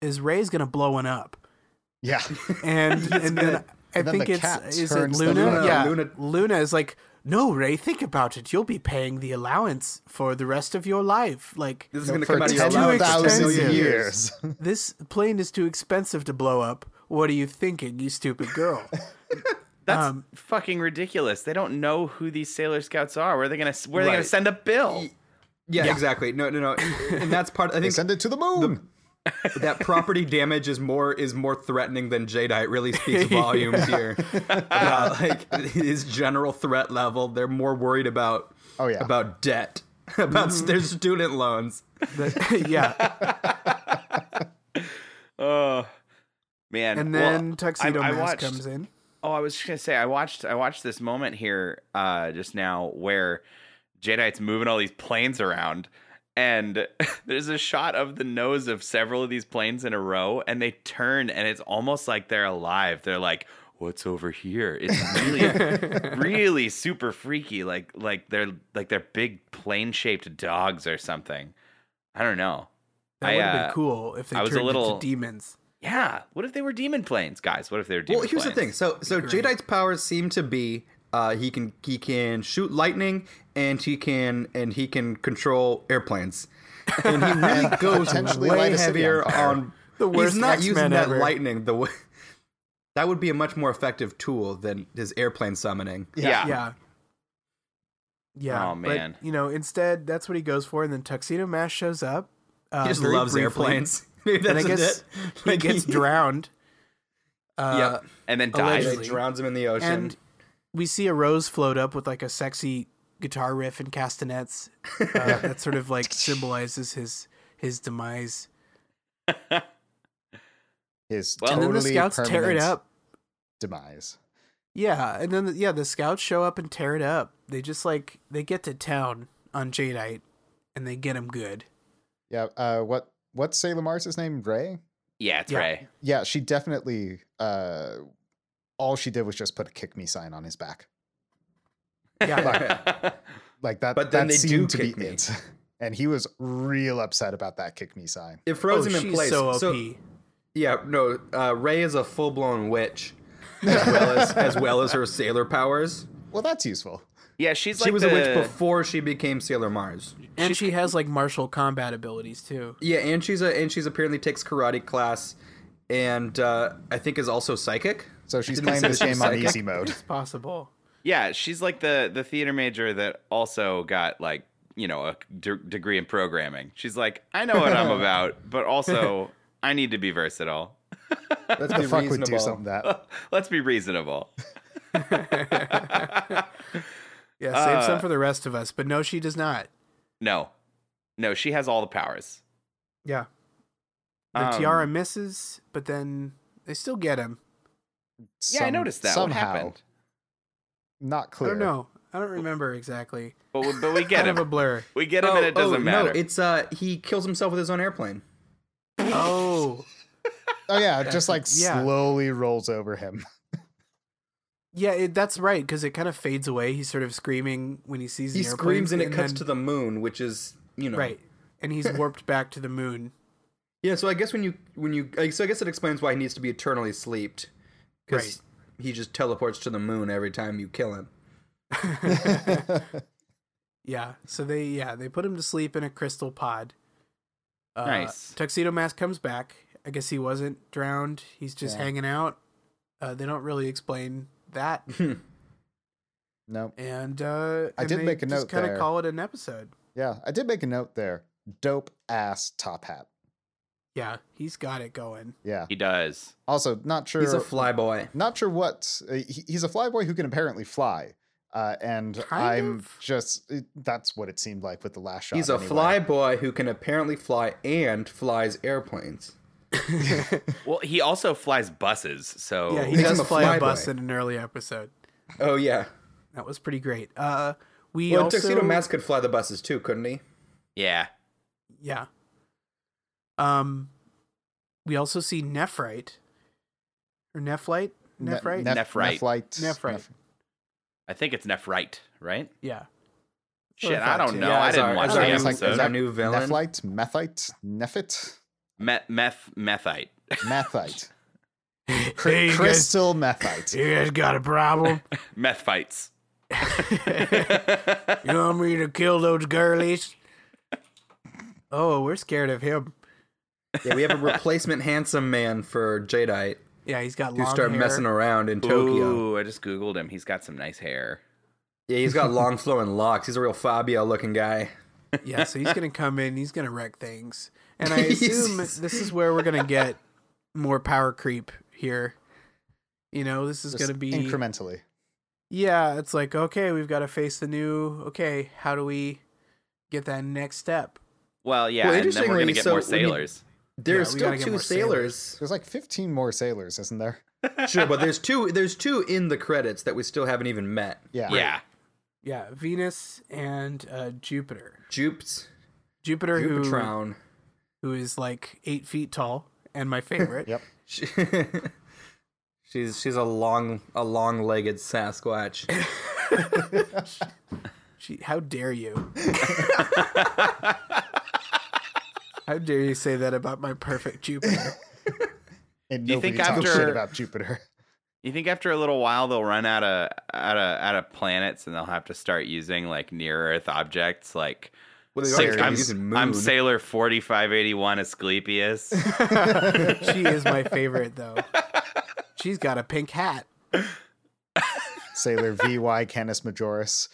Speaker 1: is Ray's gonna blow one up,
Speaker 6: yeah.
Speaker 1: and and then I
Speaker 6: And then
Speaker 1: think
Speaker 6: the cat
Speaker 1: it's is it
Speaker 6: turns the
Speaker 1: Luna?
Speaker 6: Luna-
Speaker 1: Yeah, Luna.
Speaker 3: Luna-
Speaker 1: is like, no, Ray, think about it. You'll be paying the allowance for the rest of your life. Like
Speaker 3: This is
Speaker 6: You
Speaker 3: going to
Speaker 6: know,
Speaker 3: come
Speaker 6: for
Speaker 3: out of your
Speaker 1: too
Speaker 3: allowance for
Speaker 6: 10,000
Speaker 1: expensive.
Speaker 3: million years.
Speaker 6: years.
Speaker 1: this plane is too expensive to blow up. What are you thinking, you stupid girl?
Speaker 2: That's fucking ridiculous. They don't know who these Sailor Scouts are. Where are they gonna where are they gonna
Speaker 3: Right.
Speaker 2: send a bill?
Speaker 3: Yeah, exactly. No, no, no. And that's part. I
Speaker 6: They
Speaker 3: think
Speaker 6: send it to the moon.
Speaker 3: that property damage is more is more threatening than Jedi. It really speaks volumes here. About, like his general threat level. They're more worried about
Speaker 6: Oh, yeah.
Speaker 3: about debt, about s their student loans.
Speaker 1: That- yeah,
Speaker 2: Oh man.
Speaker 1: and
Speaker 2: Well,
Speaker 1: then Tuxedo
Speaker 2: I, I
Speaker 1: Mask
Speaker 2: watched,
Speaker 1: comes in.
Speaker 2: Oh, I was just gonna say I watched I watched this moment here uh just now where Jedi's moving all these planes around and there's a shot of the nose of several of these planes in a row and they turn and it's almost like they're alive. They're like What's over here? It's really, really super freaky. Like, like they're like they're big plane-shaped dogs or something. I don't know.
Speaker 1: That
Speaker 2: I,
Speaker 1: would have
Speaker 2: uh,
Speaker 1: been cool if they
Speaker 2: I was a
Speaker 1: turned
Speaker 2: little-
Speaker 1: into demons.
Speaker 2: Yeah. What if they were demon planes, guys? What if they were demon
Speaker 3: Well, here's the
Speaker 2: planes?
Speaker 3: thing. So so Jadeite's powers seem to be uh, he can he can shoot lightning and he can and he can control airplanes. And he really goes
Speaker 6: potentially
Speaker 3: way
Speaker 6: light a city
Speaker 3: heavier
Speaker 6: on fire.
Speaker 3: on.
Speaker 1: The worst
Speaker 3: he's not
Speaker 1: X-Men
Speaker 3: using that
Speaker 1: ever.
Speaker 3: lightning the way. That would be a much more effective tool than his airplane summoning.
Speaker 2: Yeah.
Speaker 1: Yeah. Yeah.
Speaker 2: Oh,
Speaker 1: but,
Speaker 2: man.
Speaker 1: you know, instead that's what he goes for, and then Tuxedo Mask shows up. Uh,
Speaker 3: He just
Speaker 1: very
Speaker 3: loves
Speaker 1: briefly,
Speaker 3: airplanes. Maybe
Speaker 1: And I
Speaker 3: that's
Speaker 1: guess
Speaker 3: it.
Speaker 1: he gets drowned. Uh,
Speaker 3: Yep.
Speaker 2: And then
Speaker 3: He
Speaker 2: dies.
Speaker 1: Allegedly.
Speaker 3: drowns him in the ocean.
Speaker 1: And we see a rose float up with like a sexy guitar riff and castanets. Uh, That sort of like symbolizes his his demise.
Speaker 6: His
Speaker 2: Well-
Speaker 1: And
Speaker 6: totally
Speaker 1: then the scouts tear it
Speaker 6: permanent
Speaker 1: up.
Speaker 6: demise.
Speaker 1: Yeah, and then yeah, the scouts show up and tear it up. They just like they get to town on Jadeite, and they get him good.
Speaker 6: Yeah. Uh, what what's Sailor Mars's name? Ray.
Speaker 2: Yeah, it's
Speaker 1: Yeah.
Speaker 2: Ray.
Speaker 6: Yeah, she definitely. Uh, all she did was just put a kick me sign on his back.
Speaker 1: Yeah,
Speaker 6: Like that.
Speaker 3: But then
Speaker 6: that
Speaker 3: they
Speaker 6: seemed
Speaker 3: do
Speaker 6: to
Speaker 3: kick
Speaker 6: be
Speaker 3: me.
Speaker 6: it. And he was real upset about that kick me sign.
Speaker 3: it
Speaker 1: oh,
Speaker 3: froze him in
Speaker 1: she's
Speaker 3: place.
Speaker 1: so OP.
Speaker 3: Yeah, no. Uh, Ray is a full blown witch, as well as as well as her sailor powers.
Speaker 6: Well, that's useful.
Speaker 2: Yeah, she's
Speaker 3: She
Speaker 2: like
Speaker 3: was
Speaker 2: the,
Speaker 3: a witch before she became Sailor Mars.
Speaker 1: and she has like martial combat abilities too.
Speaker 3: Yeah, and she's a and she's apparently takes karate class, and uh, I think is also psychic.
Speaker 6: So she's
Speaker 3: Didn't it
Speaker 6: playing
Speaker 3: say
Speaker 6: this
Speaker 3: she's
Speaker 6: game on
Speaker 3: psychic?
Speaker 6: easy mode.
Speaker 1: It's possible.
Speaker 2: Yeah, she's like the the theater major that also got like you know a d- degree in programming. She's like, I know what I'm about, but also I need to be versatile.
Speaker 3: Let's
Speaker 6: The fuck would do something that.
Speaker 2: Let's be reasonable.
Speaker 1: Yeah, save
Speaker 2: Uh,
Speaker 1: some for the rest of us. But no, she does not.
Speaker 2: No, no, she has all the powers.
Speaker 1: Yeah, the
Speaker 2: Um,
Speaker 1: tiara misses, but then they still get him.
Speaker 2: Yeah, I
Speaker 6: Some-
Speaker 2: noticed that.
Speaker 6: Somehow,
Speaker 2: What happened?
Speaker 6: not clear.
Speaker 1: I don't know. I don't remember exactly.
Speaker 2: But we, but we get
Speaker 1: kind of a
Speaker 2: him.
Speaker 1: blur.
Speaker 2: We get him, and it doesn't
Speaker 3: oh,
Speaker 2: matter.
Speaker 3: No, it's uh, he kills himself with his own airplane.
Speaker 1: oh,
Speaker 6: Oh yeah, just like
Speaker 1: yeah.
Speaker 6: slowly rolls over him.
Speaker 1: yeah, it, that's right. Because it kind of fades away. He's sort of screaming when he sees
Speaker 3: He
Speaker 1: the airplanes,
Speaker 3: screams and it cuts
Speaker 1: then-
Speaker 3: to the moon, which is you know
Speaker 1: right, and he's warped back to the moon.
Speaker 3: Yeah, so I guess when you when you uh, so I guess it explains why he needs to be eternally sleeped because he just teleports to the moon every time you kill him.
Speaker 1: Yeah. So they yeah they put him to sleep in a crystal pod. Uh,
Speaker 2: Nice.
Speaker 1: Tuxedo Mask comes back. I guess he wasn't drowned. He's just hanging out. Uh, they don't really explain that,
Speaker 6: no,
Speaker 1: and uh,
Speaker 6: I
Speaker 1: and
Speaker 6: did
Speaker 1: they
Speaker 6: make a
Speaker 1: just
Speaker 6: note
Speaker 1: Kind of
Speaker 6: there.
Speaker 1: call it an episode.
Speaker 6: yeah, I did make a note there. Dope ass top hat.
Speaker 1: Yeah, he's got it going.
Speaker 6: Yeah.
Speaker 2: he does.
Speaker 6: Also, not sure.
Speaker 3: He's a flyboy.
Speaker 6: not sure what uh, he, he's a flyboy who can apparently fly uh, and
Speaker 1: Kind
Speaker 6: i'm
Speaker 1: of.
Speaker 6: just it- that's what it seemed like with the last shot
Speaker 3: He's a
Speaker 6: anyway.
Speaker 3: flyboy who can apparently fly and flies airplanes.
Speaker 2: Well, he also flies buses, so
Speaker 1: Yeah, he
Speaker 3: Makes
Speaker 1: does
Speaker 3: him a
Speaker 1: fly a
Speaker 3: flyboy.
Speaker 1: bus in an early episode.
Speaker 3: Oh yeah.
Speaker 1: That was pretty great. Uh, we
Speaker 3: Well,
Speaker 1: also
Speaker 3: Tuxedo Mask could fly the buses too, couldn't he?
Speaker 2: yeah.
Speaker 1: yeah. Um, we also see Nephrite or Nephlite.
Speaker 6: Ne-
Speaker 1: Nephrite.
Speaker 6: Neph-
Speaker 2: Nephrite.
Speaker 6: nephrite
Speaker 1: Nephrite.
Speaker 6: Neph-
Speaker 2: I think it's Nephrite, right?
Speaker 1: yeah.
Speaker 2: Shit,
Speaker 1: I
Speaker 2: I
Speaker 1: thought
Speaker 2: don't
Speaker 1: too.
Speaker 2: know.
Speaker 1: Yeah,
Speaker 2: I
Speaker 3: as
Speaker 2: didn't
Speaker 3: our-
Speaker 2: watch
Speaker 3: as
Speaker 2: the
Speaker 3: our
Speaker 6: new- as
Speaker 2: episode.
Speaker 3: our new villain.
Speaker 6: nephlite mephite nephite
Speaker 2: Me- meth, methite.
Speaker 6: methite
Speaker 1: Cr-
Speaker 6: crystal mephite
Speaker 1: You guys got a problem?
Speaker 2: meth fights.
Speaker 1: You want me to kill those girlies? Oh, we're scared of him.
Speaker 3: Yeah, we have a replacement handsome man for Jadeite
Speaker 1: Yeah, he's got
Speaker 3: who
Speaker 1: long
Speaker 3: start
Speaker 1: hair.
Speaker 3: messing around in Tokyo.
Speaker 2: Ooh, I just googled him. He's got some nice hair.
Speaker 3: Yeah, he's got long flowing locks. He's a real Fabio looking guy.
Speaker 1: Yeah, so he's gonna come in. He's gonna wreck things. And I
Speaker 3: He's-
Speaker 1: assume this is where we're gonna get more power creep here. You know, this is
Speaker 6: Just
Speaker 1: gonna be
Speaker 6: incrementally
Speaker 1: Yeah, it's like okay, we've got to face the new. Okay, how do we get that next step?
Speaker 2: Well, yeah,
Speaker 3: Well,
Speaker 2: and then we're gonna
Speaker 3: interestingly,
Speaker 2: get
Speaker 3: so
Speaker 2: more
Speaker 3: we need-
Speaker 2: sailors.
Speaker 1: we
Speaker 3: There's
Speaker 1: gotta get
Speaker 3: still two
Speaker 1: more sailors.
Speaker 3: sailors.
Speaker 6: there's like 15 more sailors isn't there
Speaker 3: sure, but there's two. There's two in the credits that we still haven't even met.
Speaker 6: yeah
Speaker 2: Yeah.
Speaker 1: Yeah, Venus and uh, Jupiter.
Speaker 3: Jupes,
Speaker 1: Jupiter, who
Speaker 3: Jupitron.
Speaker 1: who is like eight feet tall and my favorite.
Speaker 6: yep
Speaker 3: She- she's she's a long a long legged Sasquatch.
Speaker 1: She, how dare you? how dare you say that about my perfect Jupiter?
Speaker 6: And
Speaker 2: Do you think
Speaker 6: nobody talks
Speaker 2: after-
Speaker 6: shit about Jupiter?
Speaker 2: You think after a little while they'll run out of out of out of planets and they'll have to start using like near Earth objects like
Speaker 3: Well, they
Speaker 6: Six-
Speaker 3: already
Speaker 2: Like,
Speaker 3: started
Speaker 2: I'm,
Speaker 3: using moon.
Speaker 2: I'm Sailor 4581 Asclepius.
Speaker 1: she is my favorite though. She's got a pink hat.
Speaker 6: Sailor VY Canis Majoris.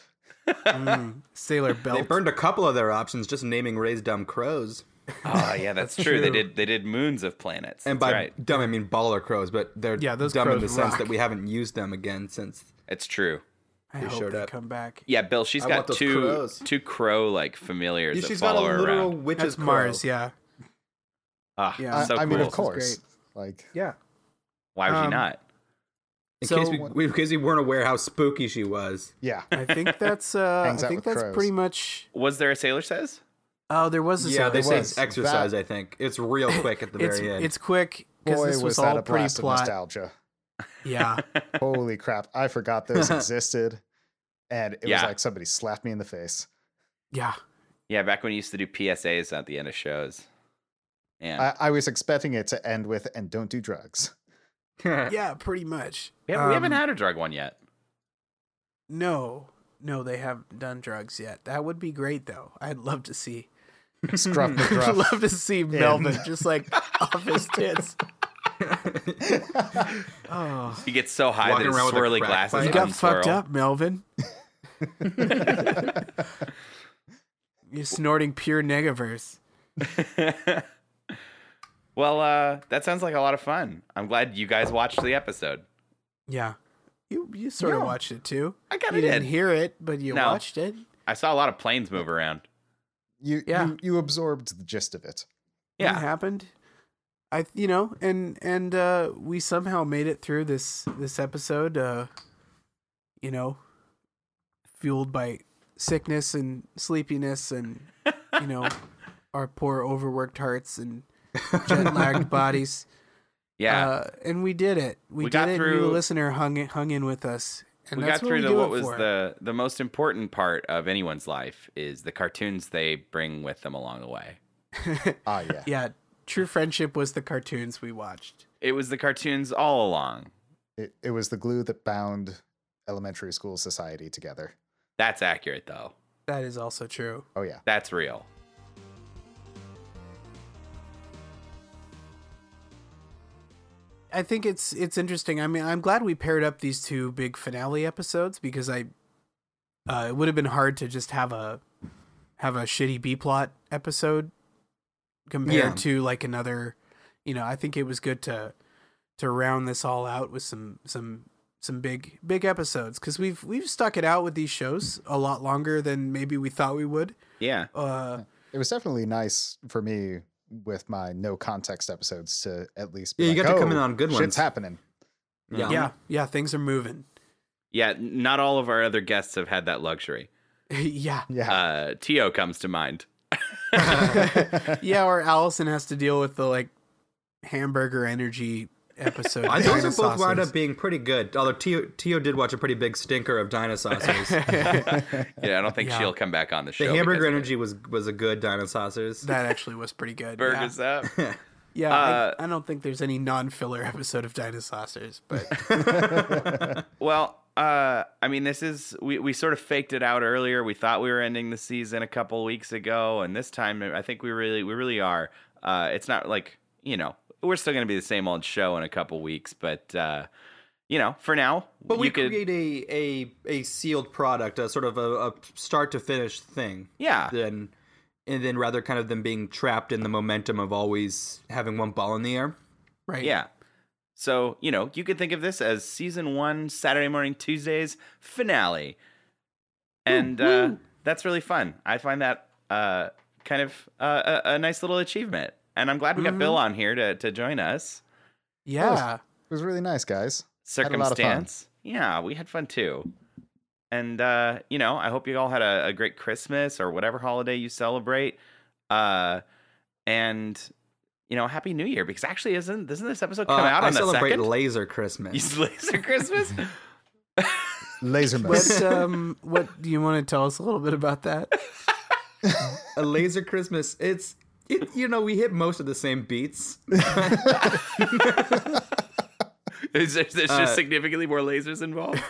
Speaker 1: Mm, sailor
Speaker 3: They
Speaker 1: belt.
Speaker 3: burned a couple of their options just naming Ray's dumb crows.
Speaker 2: oh yeah, that's, true. They
Speaker 1: true.
Speaker 2: did they did moons of planets.
Speaker 3: And
Speaker 2: that's
Speaker 3: by
Speaker 2: right.
Speaker 3: dumb, I mean baller crows, but they're
Speaker 1: Yeah, those
Speaker 3: dumb in
Speaker 1: crows
Speaker 3: the sense
Speaker 1: rock.
Speaker 3: that we haven't used them again since.
Speaker 2: It's true.
Speaker 1: I
Speaker 3: They
Speaker 1: hope
Speaker 3: showed
Speaker 1: they
Speaker 3: up.
Speaker 1: come back.
Speaker 2: Yeah, Bill, she's
Speaker 3: I
Speaker 2: got
Speaker 3: want those
Speaker 2: two
Speaker 3: crows.
Speaker 2: two crow like familiars
Speaker 3: Yeah,
Speaker 2: that
Speaker 3: she's got a
Speaker 2: follow her
Speaker 3: literal
Speaker 2: around.
Speaker 3: witch's
Speaker 1: That's
Speaker 3: crow.
Speaker 1: Mars. Yeah.
Speaker 2: Ah,
Speaker 1: Yeah.
Speaker 2: so
Speaker 6: I, I
Speaker 2: cool.
Speaker 6: mean, of
Speaker 1: This is
Speaker 6: course. Like,
Speaker 1: Yeah.
Speaker 2: Why would you
Speaker 1: Um,
Speaker 2: not?
Speaker 3: In,
Speaker 1: So-
Speaker 3: case we, in case we weren't aware how spooky she was.
Speaker 6: yeah.
Speaker 1: I think that's uh
Speaker 6: Hangs
Speaker 1: I
Speaker 6: out
Speaker 1: think
Speaker 6: with
Speaker 1: that's
Speaker 6: crows.
Speaker 1: pretty much
Speaker 2: Was there a sailor says?
Speaker 1: Oh, there was a
Speaker 3: Yeah, they
Speaker 1: sailor.
Speaker 6: it
Speaker 3: say
Speaker 6: was.
Speaker 3: it's exercise,
Speaker 6: That-
Speaker 3: I think. It's real quick at the
Speaker 1: it's
Speaker 3: very end.
Speaker 1: it's quick cuz
Speaker 6: Boy,
Speaker 1: this
Speaker 6: was,
Speaker 1: was,
Speaker 6: that
Speaker 1: all
Speaker 6: a
Speaker 1: pretty
Speaker 6: blast of
Speaker 1: plot.
Speaker 6: nostalgia.
Speaker 1: Yeah.
Speaker 6: Holy crap. I forgot those existed. And it
Speaker 2: Yeah.
Speaker 6: was like somebody slapped me in the face.
Speaker 1: Yeah.
Speaker 2: Yeah, back when you used to do PSAs at the end of shows. Yeah.
Speaker 6: I, I was expecting it to end with, and don't do drugs.
Speaker 1: Yeah, pretty much.
Speaker 2: we, haven't, we haven't
Speaker 1: Um,
Speaker 2: had a drug one yet.
Speaker 1: No. No, they haven't done drugs yet. That would be great though. I'd love to see.
Speaker 6: Scruff the
Speaker 1: I'd
Speaker 6: gruff.
Speaker 1: love to see Melvin just like off his tits. Oh.
Speaker 2: He gets so high
Speaker 3: Walking
Speaker 2: that his
Speaker 3: around with a
Speaker 2: swirly
Speaker 3: crack
Speaker 2: glasses
Speaker 3: pipe.
Speaker 1: You got
Speaker 2: unswirl.
Speaker 1: fucked up, Melvin. You're snorting pure negaverse.
Speaker 2: well, uh, that sounds like a lot of fun. I'm glad you guys watched the episode.
Speaker 1: Yeah. You you sort of
Speaker 6: Yeah.
Speaker 1: watched it too.
Speaker 2: I kind
Speaker 1: You
Speaker 2: of
Speaker 1: didn't
Speaker 2: did.
Speaker 1: hear it, but you
Speaker 2: No.
Speaker 1: watched it.
Speaker 2: I saw a lot of planes move around.
Speaker 6: You,
Speaker 1: Yeah.
Speaker 6: you you absorbed the gist of it.
Speaker 1: It
Speaker 2: Yeah.
Speaker 1: happened. I you know, and and uh we somehow made it through this this episode uh you know, fueled by sickness and sleepiness and you know, our poor overworked hearts and jet lagged bodies.
Speaker 2: Yeah.
Speaker 1: Uh, and we did it. We,
Speaker 2: We
Speaker 1: did
Speaker 2: got
Speaker 1: it. and
Speaker 2: through-
Speaker 1: you, the listener, hung in, hung in with us. And
Speaker 2: we got
Speaker 1: that's
Speaker 2: through
Speaker 1: we
Speaker 2: the
Speaker 1: do
Speaker 2: what
Speaker 1: it
Speaker 2: was
Speaker 1: for.
Speaker 2: the the most important part of anyone's life is the cartoons they bring with them along the way.
Speaker 6: Ah, yeah.
Speaker 1: Yeah, true friendship was the cartoons we watched.
Speaker 2: It was the cartoons all along.
Speaker 6: It, it was the glue that bound elementary school society together.
Speaker 2: That's accurate though.
Speaker 1: That is also true.
Speaker 6: Oh, yeah.
Speaker 2: That's real.
Speaker 1: I think it's it's interesting. I mean, I'm glad we paired up these two big finale episodes because I uh, it would have been hard to just have a have a shitty B plot episode compared
Speaker 3: Yeah.
Speaker 1: to like another. You know, I think it was good to to round this all out with some some some big big episodes because we've we've stuck it out with these shows a lot longer than maybe we thought we would.
Speaker 2: Yeah.
Speaker 1: Uh,
Speaker 6: It was definitely nice for me with my no context episodes to at least be
Speaker 3: Yeah, you
Speaker 6: like,
Speaker 3: got to
Speaker 6: "Oh,
Speaker 3: come in on good ones."
Speaker 6: Shit's happening.
Speaker 3: Yeah.
Speaker 1: yeah, yeah, things are moving.
Speaker 2: Yeah, not all of our other guests have had that luxury.
Speaker 1: yeah,
Speaker 6: Yeah.
Speaker 2: Uh Tio comes to mind.
Speaker 1: yeah, or Allison has to deal with the like hamburger energy episode.
Speaker 3: I
Speaker 1: of
Speaker 3: those are both
Speaker 1: Dinosaurs.
Speaker 3: wound up being pretty good. Although Tio, Tio did watch a pretty big stinker of dinosaurs.
Speaker 2: Yeah, I don't think
Speaker 1: Yeah.
Speaker 2: she'll come back on the show.
Speaker 3: The hamburger
Speaker 2: because
Speaker 3: energy was was a good dinosaurs.
Speaker 1: That actually was pretty good. Yeah,
Speaker 2: Burgers up.
Speaker 1: yeah
Speaker 2: Uh,
Speaker 1: I, I don't think there's any non-filler episode of Dinosaurs, but
Speaker 2: Well, uh, I mean, this is we, we sort of faked it out earlier. We thought we were ending the season a couple weeks ago, and this time I think we really we really are. Uh, it's not like you know we're still going to be the same old show in a couple weeks, but uh, you know for now
Speaker 3: but we
Speaker 2: you could
Speaker 3: create a, a a sealed product, a sort of a, a start to finish thing.
Speaker 2: yeah
Speaker 3: Then and then rather kind of than being trapped in the momentum of always having one ball in the air.
Speaker 1: right.
Speaker 2: yeah. So you know you could think of this as season one Saturday morning Tuesdays finale, and uh, that's really fun. I find that uh, kind of uh, a, a nice little achievement. And I'm glad we
Speaker 6: Mm-hmm.
Speaker 2: got Bill on here to, to join us.
Speaker 1: yeah.
Speaker 6: It was really nice, guys. Had a lot of fun.
Speaker 2: circumstance. Yeah, we had fun too. And uh, you know, I hope you all had a, a great Christmas or whatever holiday you celebrate. Uh, and you know, Happy New Year because actually, isn't doesn't this episode come
Speaker 3: Uh,
Speaker 2: out
Speaker 3: I
Speaker 2: on the
Speaker 3: celebrate
Speaker 2: second?
Speaker 3: laser Christmas.
Speaker 2: Laser Christmas.
Speaker 6: Lasermus.
Speaker 1: What um, what do you want to tell us a little bit about that?
Speaker 3: a laser Christmas. It's It, you know, we hit most of the same beats.
Speaker 2: Is there, there's just significantly more lasers involved.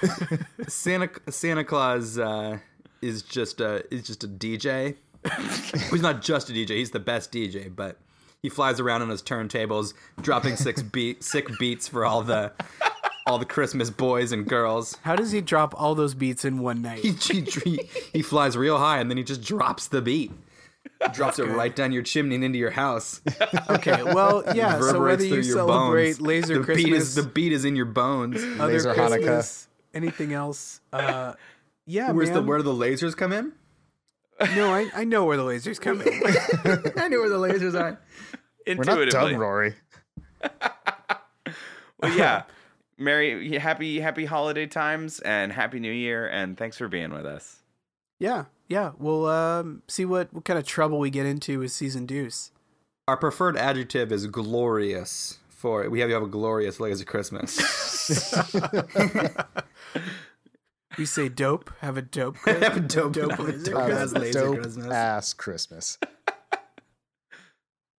Speaker 3: Santa Santa Claus uh, is just a is just a DJ. he's not just a DJ. He's the best DJ, but he flies around on his turntables, dropping six beat sick beats for all the all the Christmas boys and girls.
Speaker 1: How does he drop all those beats in one night?
Speaker 3: He, he, he flies real high and then he just drops the beat. Drops it right down your chimney and into your house.
Speaker 1: Okay, well, yeah. So whether
Speaker 3: Reverberates
Speaker 1: you
Speaker 3: through your
Speaker 1: celebrate
Speaker 3: bones.
Speaker 1: laser
Speaker 3: the
Speaker 1: Christmas, Uh,
Speaker 3: Beat is, the beat is in your bones.
Speaker 1: other
Speaker 6: Laser Hanukkah.
Speaker 1: Christmas, anything else, uh, yeah,
Speaker 3: Where's
Speaker 1: man.
Speaker 3: the where do the lasers come in?
Speaker 1: No, I, I know where the lasers come in.
Speaker 3: I knew where the lasers are.
Speaker 6: We're not
Speaker 2: Intuitively.
Speaker 6: done, Rory.
Speaker 2: Well, yeah. Merry, happy, happy holiday times and happy new year. And thanks for being with us.
Speaker 1: Yeah, yeah. We'll um, see what, what kind of trouble we get into with season deuce.
Speaker 3: Our preferred adjective is glorious. For we have you have a glorious laser Christmas.
Speaker 1: We say dope, have a dope.
Speaker 3: have a dope,
Speaker 1: Dope laser
Speaker 6: Have
Speaker 1: Christmas.
Speaker 6: a dope ass Christmas.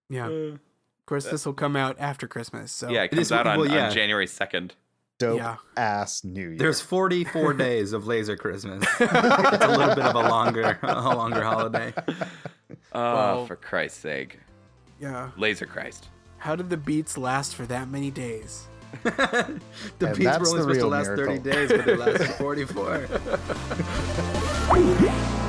Speaker 1: Yeah. Of course, this will come out after Christmas. So
Speaker 2: Yeah, it
Speaker 3: This-
Speaker 2: comes out on,
Speaker 3: well, yeah.
Speaker 2: on January 2nd.
Speaker 6: Dope
Speaker 1: Yeah.
Speaker 6: ass New Year.
Speaker 3: There's 44 days of laser Christmas. it's a little bit of a longer, a longer holiday.
Speaker 2: Oh,
Speaker 1: Well-
Speaker 2: for Christ's sake.
Speaker 1: yeah.
Speaker 2: Laser Christ.
Speaker 1: How did the beats last for that many days?
Speaker 3: The
Speaker 6: And
Speaker 3: beats were
Speaker 6: that's
Speaker 3: only supposed
Speaker 6: the
Speaker 3: to
Speaker 6: real
Speaker 3: last 30
Speaker 6: miracle.
Speaker 3: days, but they lasted 44.